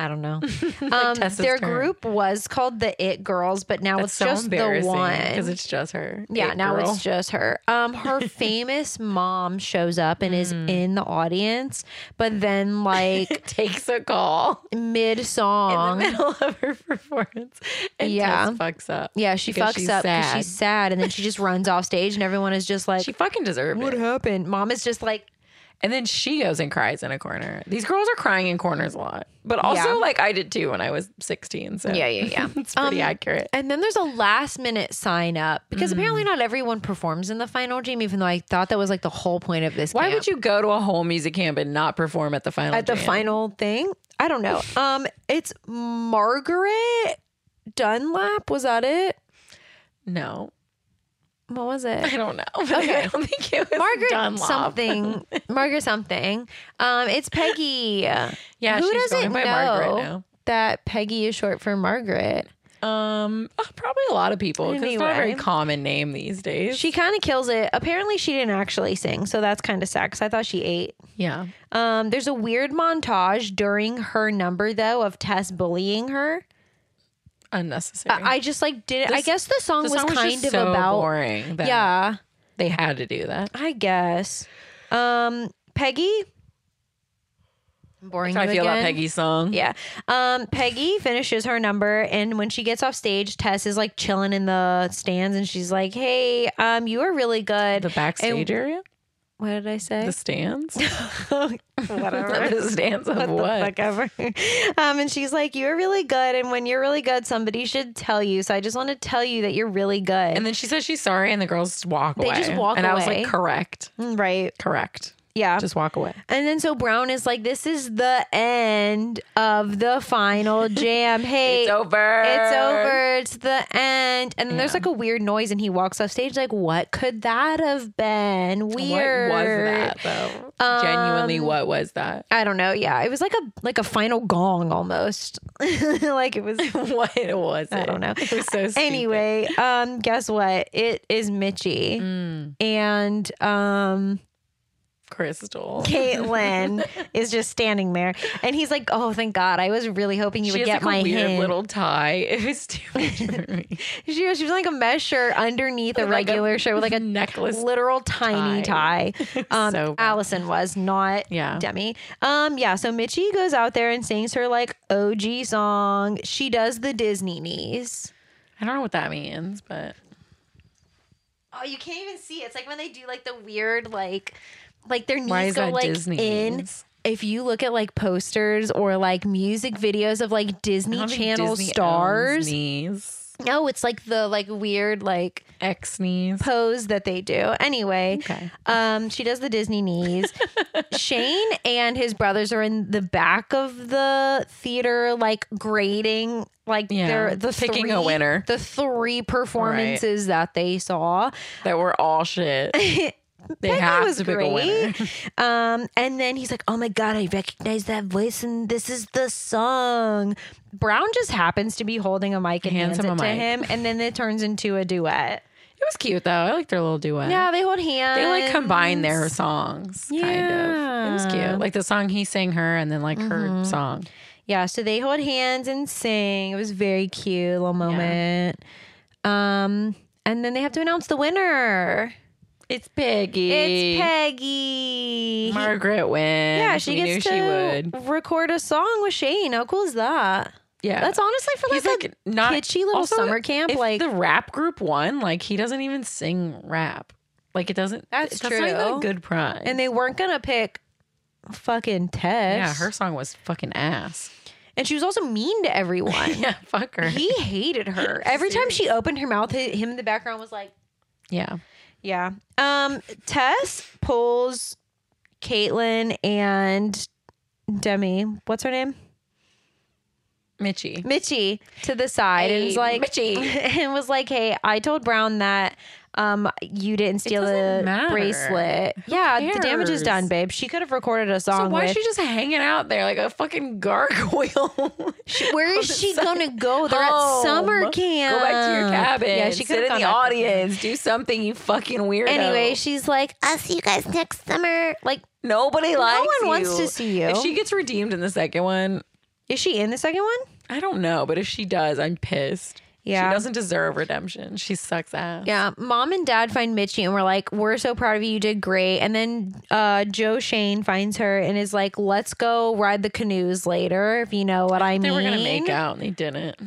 I don't know. um,
Tessa's
their
turn.
group was called the It Girls, but now
That's
it's
so
just the
embarrassing because
one.
it's just her.
Yeah,
It
now
girl.
it's just her. Um, her famous mom shows up and is
Hmm.
in the audience, but then like
takes a call.
mid
in the
song,
middle of her performance. And
Yeah.
Tess fucks up.
yeah, she
because
fucks
she's
up because
sad.
she's sad, and then she just runs off stage, and everyone is just like,
She fucking deserved
"What
it.
happened?" Mom is just like,
And then she goes and cries in a corner. These girls are crying in corners a lot. But also
Yeah.
like I did too when I was 16. So
Yeah, yeah, yeah.
it's pretty
Um,
accurate.
And then there's a last minute sign up because apparently
Hmm.
not everyone performs in the final jam, even though I thought that was like the whole point of this.
Why
camp.
would you go to a whole music camp and not perform at the final
at the
jam?
final thing. I don't know. Um, it's Margaret Dunlap. Was that it?
No.
What was it?
I don't know. Okay. I don't think it was
Margaret
Dunlop.
something. Margaret something. Um, it's Peggy.
Yeah,
Who
she's going
doesn't
by
know
Margaret now.
that Peggy is short for Margaret?
Um, uh, probably a lot of people because it's not a very
Anyway.
common name these days.
She kind of kills it. Apparently, she didn't actually sing, so that's kind of sad because I thought she ate.
yeah.
Um, there's a weird montage during her number though of Tess bullying her.
Unnecessary.
I, I just like didn't. I
This-
guess the song
the
was
song was
kind
just
of
so
about.
boring that
Yeah,
they had to do that.
I guess. Um, Peggy. I'm boring.
That's how I
you
feel about
again.
Peggy's song.
Yeah. Um, Peggy finishes her number, and when she gets off stage, Tess is like chilling in the stands, and she's like, "Hey, um, you are really good."
The backstage area,
What did I say?
the stands,
Whatever.
the stands of what?
What the fuck ever. Um, and she's like, "You're really good, and when you're really good, somebody should tell you. So I just want to tell you that you're really good."
And then she says she's sorry, and the girls just walk
They
away.
just walk
and I was
away.
like, correct,
right?
correct.
Yeah.
Just walk away.
and then so Brown is like, "This is the end of the final jam. Hey,
It's over.
It's over. It's the end. And then there's like a weird noise, and he walks off stage. Like, what could that have been? Weird.
What was that though? Um, Genuinely, what was that?
I don't know. Yeah, it was like a like a final gong almost. like it was.
What was it?
I don't know.
It was so stupid.
Anyway, um, guess what? It is
Mm.
Mitchie
Hmm.
and um,
Crystal.
Caitlin is just standing there, and he's like, "Oh, thank God! I was really hoping you
She
would
has
get
like
my
a weird
hint."
little tie. It was too much for me.
She was she was like a mesh shirt underneath a
With, like, a
regular shirt with like a
necklace
literal tiny tie. Um,
So bad.
Allison was not
Yeah.
Demi. Um, yeah. So Mitchie goes out there and sings her like OG song. She does the Disney knees.
I don't know what that means, but
Oh, you can't even see. It's like when they do like the weird like like their knees
Why is
go
that
like
Disney
in.
knees?
If you look at like posters or like music videos of like Disney Channel stars,
knees,
no, it's like the like weird like
X knees.
pose that they do. Anyway,
Okay.
um, she does the Disney knees. Shane and his brothers are in the back of the theater, like grading, like
Yeah,
they're the
picking
three,
a winner.
The three performances that they saw.
that were all shit. They
Peggy
have
was
to pick a winner.
great. um, and then he's like, "Oh my god, I recognize that voice, and this is the song." Brown just happens to be holding a mic and
Hands
hands,
him
it
a
to
mic.
him, and then it turns into a duet.
It was cute though. I like their little duet.
Yeah, they hold hands.
They like combined their songs, kind of. It was
Yeah.
cute. Like the song he sang her and then like her song.
Yeah, so they hold hands and sing. It was very cute little moment. Um, and then they have to announce the winner.
It's Peggy.
It's Peggy.
Margaret wins.
yeah, she
we
gets
knew
to
she would.
record a song with Shane. How cool is that?
Yeah.
That's honestly for like,
He's like
a
not
kitschy little
also,
summer camp.
if
Like
the rap group won, like he doesn't even sing rap. Like it doesn't.
That's
that's Not even
true.
a good prize.
and they weren't gonna pick fucking
yeah,
Tess.
her song was fucking ass.
and she was also mean to everyone.
Yeah, fuck her.
he hated her. Every time she opened her mouth, hi- him in the background was like
yeah,
Yeah. Um, Tess pulls Caitlin and Demi, what's her name?
Mitchie.
Mitchie to the side and was
Hey,
like
Mitchie.
and was like, Hey, I told Brown that um you didn't steal the
doesn't matter.
bracelet. yeah, the damage
cares?
is done, babe. She could have recorded a
So
song.
why is
with-
she just hanging out there like a fucking gargoyle?
She- where is she gonna go? They're
Home.
at summer camp.
Go back to your cabin.
Yeah, she could
sit in the audience. Do something, you fucking weirdo.
Anyway, she's like, I'll see you guys next summer. Like,
nobody likes
one wants
you.
to see you.
If she gets redeemed in the second one,
is she in the second one?
I don't know, but if she does, I'm pissed.
Yeah.
She doesn't deserve redemption. She sucks ass.
Yeah, mom and dad find Mitchie and we're like, we're so proud of you. You did great. And then uh, Joe Shane finds her and is like, let's go ride the canoes later, if you know what I mean.
They were gonna make out and they didn't.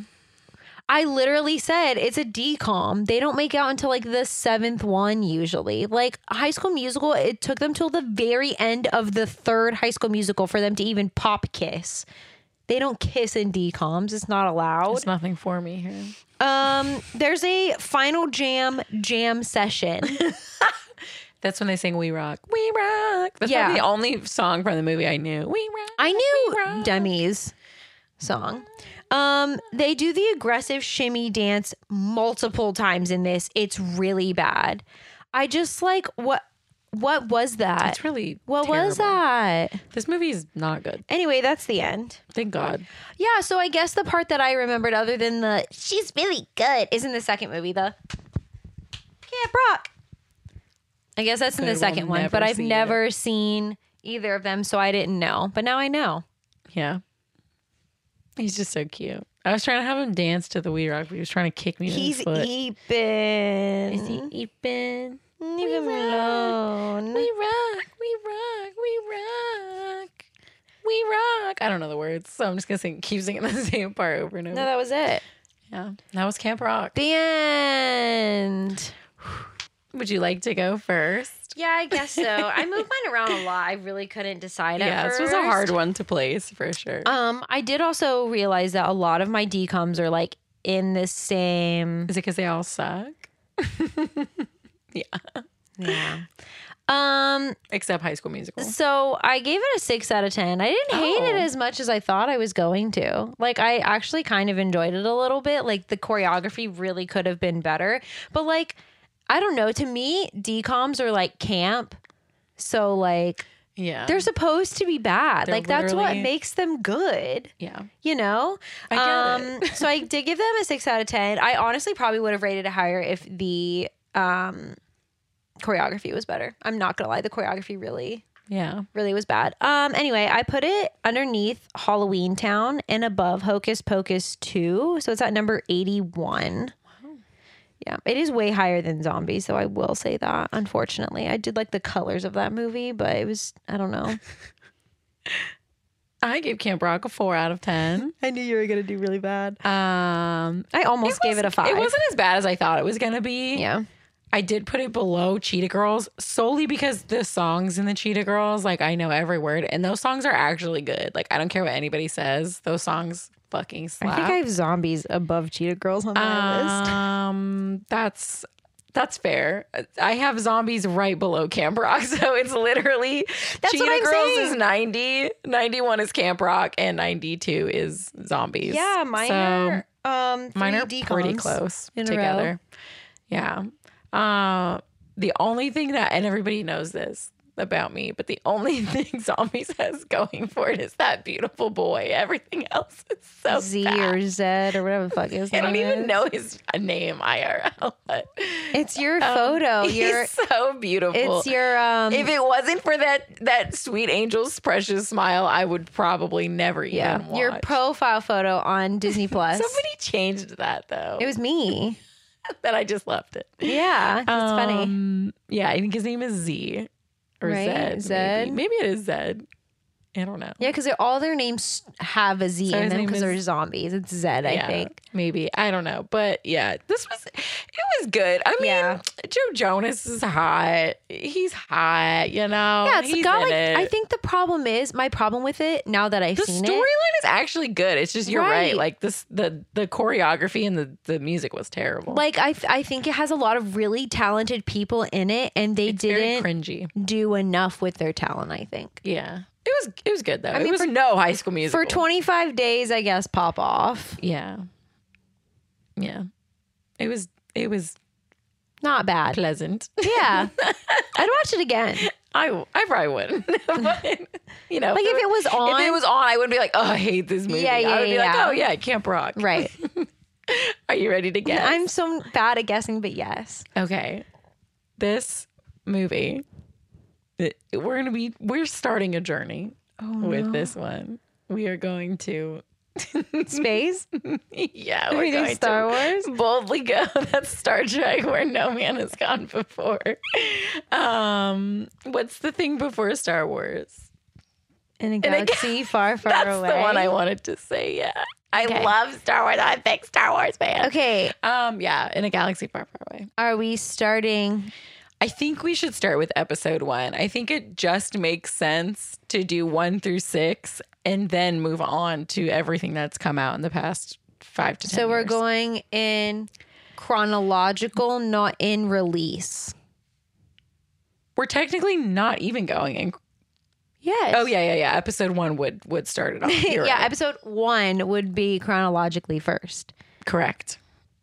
I literally said it's a decom. They don't make out until like the seventh one usually. Like High School Musical, it took them till the very end of the third High School Musical for them to even pop kiss. They don't kiss in decoms. It's not allowed.
It's nothing for me here.
Um, there's a final jam jam session.
That's when they sing "We Rock, We Rock." That's
Yeah.
probably the only song from the movie I knew. We Rock.
I
We Rock.
knew Demi's song. Um, they do the aggressive shimmy dance multiple times in this. It's really bad. I just like what what was that?
It's really
what was
terrible.
that?
This movie is not good.
Anyway, that's the end.
Thank God.
Yeah, so I guess the part that I remembered, other than the she's really good, is in the second movie. The yeah, Brock. I guess that's in
I
the
will
second one,
never
but I've
see
never seen either of them, so I didn't know. But now I know.
Yeah. He's just so cute. I was trying to have him dance to the We Rock, but he was trying to kick me
He's e-
in the foot.
Eben.
Is he Ethan?
Leave him alone.
We rock, we rock, we rock, we rock. I don't know the words, so I'm just gonna sing, keep singing the same part over and over.
No, that was it.
yeah, that was Camp Rock.
The end.
Would you like to go first?
Yeah, I guess so. I moved mine around a lot. I really couldn't decide.
yeah,
at
this was a
first.
hard one to place for sure.
Um, I did also realize that a lot of my decoms are like in the same.
Is it because they all suck?
Yeah. Um,
Except High School Musical.
so I gave it a six out of ten. I didn't hate it
Oh.
as much as I thought I was going to. Like I actually kind of enjoyed it a little bit. Like the choreography really could have been better. But like, I don't know. To me, decoms are like camp. So like
Yeah,
they're supposed to be
Um,
bad.
They're
like that's what
literally-
makes them good.
yeah.
you know
I get
um so i did give them a six out of ten i honestly probably would have rated it higher if the um choreography was better i'm not gonna lie the choreography really
Yeah.
really was bad um anyway i put it underneath halloween town and above hocus pocus 2 so it's at number 81 yeah, it is way higher than zombies, so I will say that. Unfortunately, I did like the colors of that movie, but it was I don't know.
I gave Camp Rock a four out of ten.
I knew you were gonna do really bad.
Um,
I almost gave it a five.
It wasn't as bad as I thought it was gonna be.
yeah.
I did put it below Cheetah Girls solely because the songs in the Cheetah Girls, like I know every word, and those songs are actually good. Like I don't care what anybody says; those songs fucking slap.
I think I have zombies above Cheetah Girls on my list.
um, that's that's fair. I have zombies right below Camp Rock, so it's literally
That's
Cheetah
what I'm
Girls
saying.
is 90, 91 is Camp Rock, and ninety two is zombies.
Yeah, mine
So-
are um three
mine are pretty
decoms.
close
in a row.
together. Yeah. Uh, the only thing that, and everybody knows this about me, but the only thing Zombies has going for it is that beautiful boy. Everything else is so
Z
bad.
or Z or whatever the fuck his
I don't
name
even
is.
know his name IRL. but um,
It's your photo. Your
He's so beautiful.
it's your um
if it wasn't for that that sweet angel's precious smile, I would probably never even
yeah
watch.
your profile photo on Disney Plus.
Somebody changed that though.
it was me.
that I just left it.
Yeah, it's funny.
Um, Yeah, I think his name is Z or
Right?
Zed.
Zed?
Maybe. maybe it is Zed. I don't know.
Yeah, because all their names have a Z
So
in
his
them
name is-
because they're zombies. It's Zed, I
Yeah,
think.
maybe I don't know, but yeah, this was it was good. I mean,
Yeah.
Joe Jonas is hot. He's hot, you know.
Yeah, it's
He's
got
in
like
Oh, it.
I think the problem is my problem with it now that I've
the
seen
storyline
it.
is actually good. It's just you're right.
Right.
Like this, the the choreography and the the music was terrible.
Like I, f- I think it has a lot of really talented people in it, and they
it's very
didn't
cringy.
do enough with their talent, I think.
Yeah, it was it was good though.
mean,
it was
for-
no High School Musical
For 25 days, I guess, pop off.
Yeah, yeah. It was it was
Not bad.
pleasant.
Yeah. I'd watch it again.
I, I probably wouldn't. but, you know,
Like, if it was on.
if it was on, I wouldn't be like, oh, I hate this movie.
Yeah,
I
yeah,
would be
yeah.
like, oh yeah, Camp Rock.
Right.
Are you ready to guess?
I'm so bad at guessing, but yes.
okay. This movie, it- we're gonna be we're starting a journey
Oh,
with this one. We are going to.
Space?
Yeah,
We
we're
do
going
Star
to
Wars?
boldly go. That's Star Trek, where no man has gone before. Um, what's the thing before Star Wars?
In a
ga-
galaxy far, far
That's
away.
the one I wanted to say. Yeah, I
Okay.
love Star Wars. I'm a big Star Wars fan.
Okay.
Um. Yeah. In a galaxy far, far away.
Are we starting?
I think we should start with episode one. I think it just makes sense to do one through six, and then move on to everything that's come out in the past five to ten.
So we're
years.
going in chronological, not in release.
We're technically not even going in
Yes.
Oh yeah, yeah, yeah. Episode one would would start it off. You're
yeah,
right.
episode one would be chronologically first.
correct.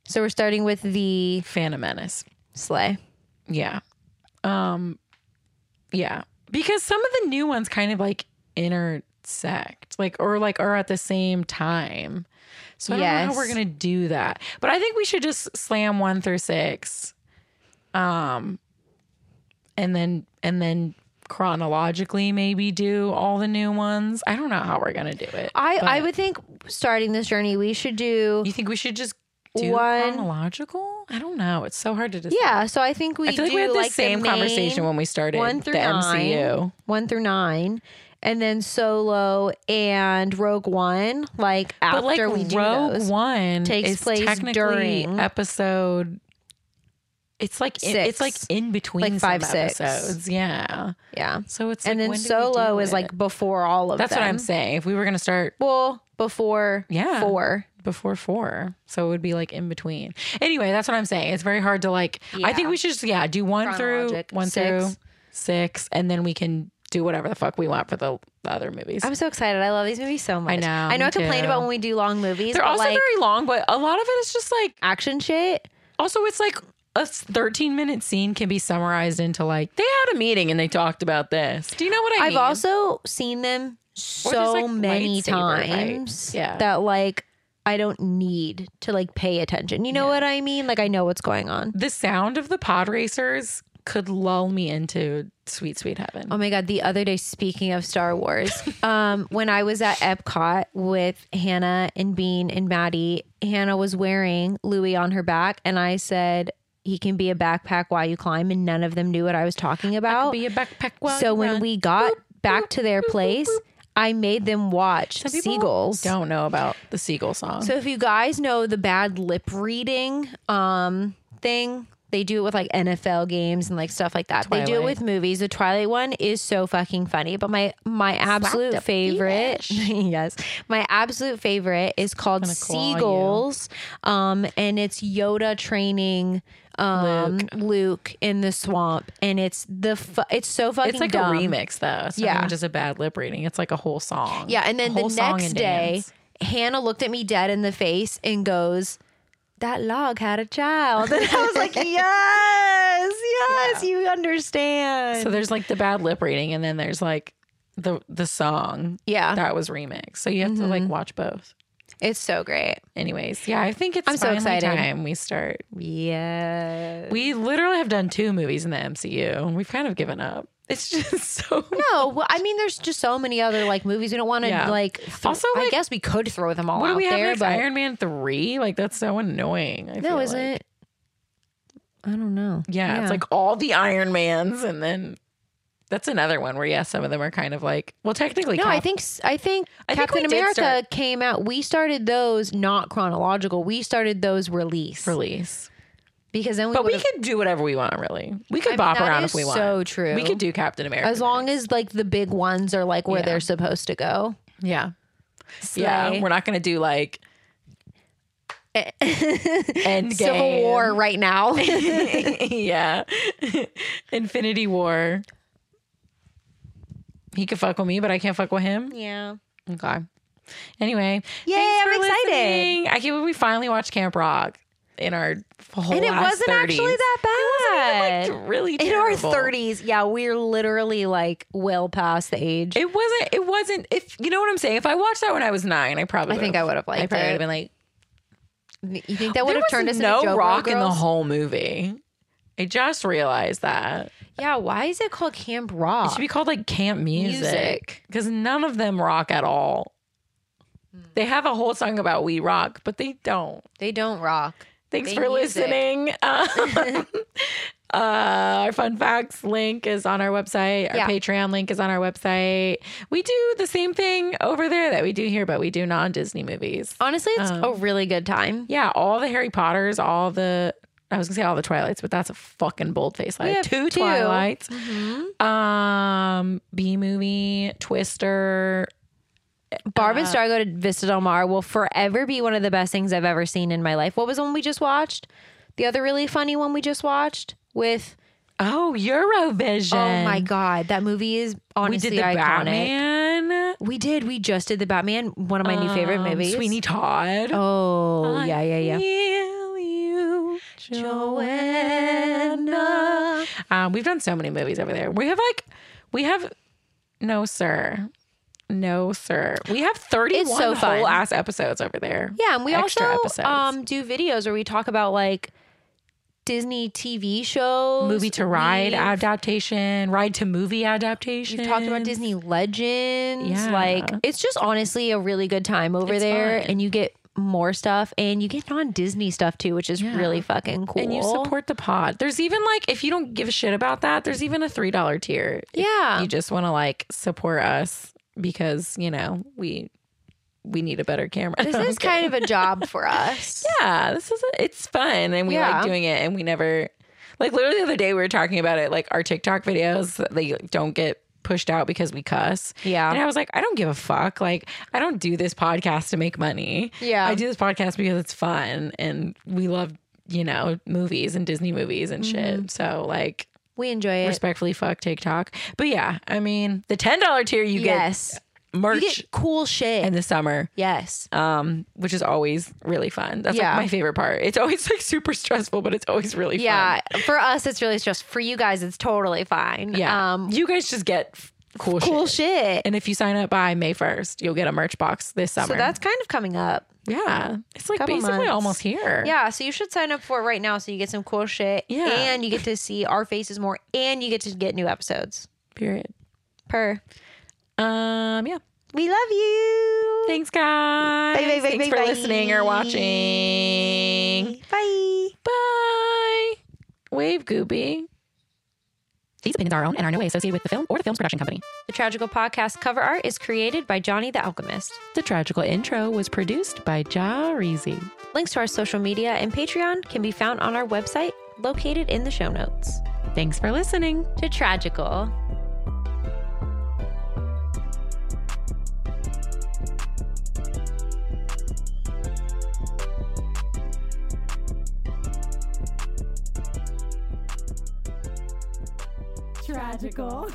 So we're starting with the
Phantom Menace.
sleigh.
Yeah. Um yeah. Because some of the new ones kind of like intersect, like or like are at the same time. So I don't know how we're
Yes.
gonna do that. But I think we should just slam one through six. Um and then and then chronologically maybe do all the new ones. I don't know how we're gonna do it.
I, I
but-
would think starting this journey, we should do.
you think we should just do
One-
chronological? I don't know. It's so hard to decide.
Yeah, so I think we
I feel like
do
we had the
like
same
main
conversation when we started
one through
the
nine,
MCU.
one through nine, and then Solo and Rogue One. Like after
But like
we do
Rogue
those,
One
takes
is
place
technically
during-
episode. It's like in, it's like
Six.
in between
Like five,
some
six.
episodes, yeah.
yeah,
So it's
and
like,
then
when do we
Solo
do
is
it?
like before all of
that's
them.
what I'm saying. If we were gonna start
Well, before
Yeah.
four.
before four, so it would be like in between. Anyway, that's what I'm saying. It's very hard to like. I think
Yeah.
we should just yeah do one through
Chronologic,
one through
six.
six, and then we can do whatever the fuck we want for the, the other movies.
I'm so excited. I love these movies so much.
know,
I know.
me
I complain
too.
about when we do long movies.
They're
but
also
like
very long, but a lot of it is just like
action shit.
Also, it's like a 13 minute scene can be summarized into like they had a meeting and they talked about this. Do you know what I
I've
mean?
also seen them
Or just,
so
like,
many
lightsaber
times
fights. Yeah.
that like I don't need to like pay attention. You know what I mean? Like I know what's going on.
the sound of the pod racers could lull me into sweet, sweet heaven.
Oh my god, the other day speaking of Star Wars, um when I was at Epcot with Hannah and Bean and Maddie, Hannah was wearing Louis on her back and I said he can be a backpack while you climb and none of them knew what I was talking about.
Be a backpack while
oh, so
you
when
run.
we got back to their place, I made them watch
Some people
Seagulls.
don't know about the seagull song.
So if you guys know the bad lip reading um thing, they do it with like NFL games and like stuff like that. They do it
Twilight.
with movies. The Twilight one is so fucking funny. But my my absolute favorite, yes, my absolute favorite is called
claw you.
Seagulls, um, and it's Yoda training um Luke. in the swamp, and it's the fu- it's so fucking
it's like
dumb.
a remix though. It's
Yeah.
not even just a bad lip reading. It's like a whole song.
Yeah, and then
A
the
whole song
next
and
day,
dance.
Hannah looked at me dead in the face and goes, "That log had a child." And I was like, "Yes, yes, you understand."
So there's like the bad lip reading and then there's like the the song
yeah,
that was remixed. So you have to
Mm-hmm.
like watch both.
it's so great.
Anyways, yeah, I think it's
I'm so
finally
excited.
time we start.
Yeah.
We literally have done two movies in the MCU and we've kind of given up. It's just so
No, well, I mean, there's just so many other like movies. We don't want to
Yeah.
like. th-
Also,
I
like,
guess we could throw them all
What
out
do we have
there,
next?
but
Iron Man 3? Like that's so annoying. I feel
no,
like.
isn't it? I don't know.
Yeah, it's like all the Iron Mans and then that's another one where yeah, some of them are kind of like well technically
No,
Cap-
I think s- I think
I think
Captain
we did
America
start-
came out. We started those not chronological. We started those release
release.
because then we
But we
would've-
could do whatever we want really. We could
I mean,
bop
that
around
is
if we want.
so true.
We could do Captain America.
as long as like the big ones are like where
Yeah.
they're supposed to go.
Yeah. Yeah,
Slay.
we're not going to do like Endgame.
E-, Civil War right now.
yeah. Infinity War. He could fuck with me, but I can't fuck with him.
yeah.
Okay. Anyway.
Yay,
thanks
I'm
for
excited.
listening. I can't believe we finally watched Camp Rock in our whole
And it
ass
wasn't
30s.
actually that
It
bad.
wasn't even, like, really
in our
terrible.
30s, yeah, we're literally like well past the age.
It wasn't it wasn't if you know what I'm saying. If I watched that when I was nine, I probably
I think I would've liked
I probably
it.
would have been like
you think that would
there
have turned
was
us into
no
Joe Bro
rock in the
girls?
whole movie. I just realized that.
Yeah, why is it called Camp
It
Rock?
should be called like camp music
Music. Hmm.
because none of them rock at all. They have a whole song about we rock, but they don't.
they don't rock.
Thanks
They
for
use it.
listening. Um, uh, our fun facts link is on our website. Our
Yeah.
Patreon link is on our website. We do the same thing over there that we do here, but we do non Disney movies.
Honestly, it's a really good time.
Yeah, all the Harry Potters, all the I was gonna say all the Twilights, but that's a fucking bold face lie.
have
two,
two.
Twilights.
Mm-hmm.
Um B movie, Twister.
Barb and Star Go to Vista Del Mar will forever be one of the best things I've ever seen in my life. What was the one we just watched? The other really funny one we just watched with
Oh, Eurovision.
Oh my god, that movie is
We
honestly
did the
iconic.
Batman.
We did. We just did the Batman, one of my new favorite
Um,
movies.
Sweeney Todd.
Oh
I
yeah, yeah, yeah.
feel you, Joanna. Um, we've done so many movies over there. We have like, we have, no sir, no sir. We have thirty-one
so fun.
whole ass episodes over there.
Yeah, and we
Extra
also
episodes.
um do videos where we talk about like Disney TV shows,
movie to ride
We've-
adaptation, ride to movie adaptation.
We've talked about Disney legends.
Yeah.
Like it's just honestly a really good time over
It's
there,
fun.
and you get more stuff, and you get non Disney stuff too, which is
Yeah.
really fucking cool.
And you support the pod. There's even like, if you don't give a shit about that, there's even a $3 tier. If
Yeah.
You just want to like support us because, you know, we we need a better camera.
This is kind of a job for us.
yeah, this is a, it's fun and we
Yeah.
like doing it and we never like literally the other day we were talking about it like our TikTok videos they don't get pushed out because we cuss.
Yeah.
And I was like, I don't give a fuck. Like I don't do this podcast to make money.
Yeah.
I do this podcast because it's fun and we love, you know, movies and Disney movies and
Mm-hmm.
shit. So like
We enjoy it.
respectfully fuck TikTok. But yeah, I mean, the $10 tier you
yes.
get merch
You get cool shit.
in the summer
yes.
um, which is always really fun. That's
Yeah.
like my favorite part. It's always like super stressful, but it's always really
Yeah.
fun.
For us, it's really stressful. For you guys, it's totally fine.
Yeah.
Um,
you guys just get f- cool,
cool
shit.
shit.
And if you sign up by May 1st, you'll get a merch box this summer.
So that's kind of coming up.
yeah. It's like
Couple
basically
months.
almost here.
Yeah. So you should sign up for it right now so you get some cool shit.
Yeah.
And you get to see our faces more and you get to get new episodes.
Period.
Per.
Um, yeah.
We love you.
Thanks guys.
Bye, bye, bye,
Thanks
bye,
for
bye.
listening or watching.
Bye.
Bye. Wave Gooby.
These opinions are our own and are in no way associated with the film or the film's production company.
The Tragical Podcast cover art is created by Johnny the Alchemist.
The tragical intro was produced by Ja Reezy.
Links to our social media and Patreon can be found on our website, located in the show notes.
Thanks for listening.
To Tragical.
Tragical.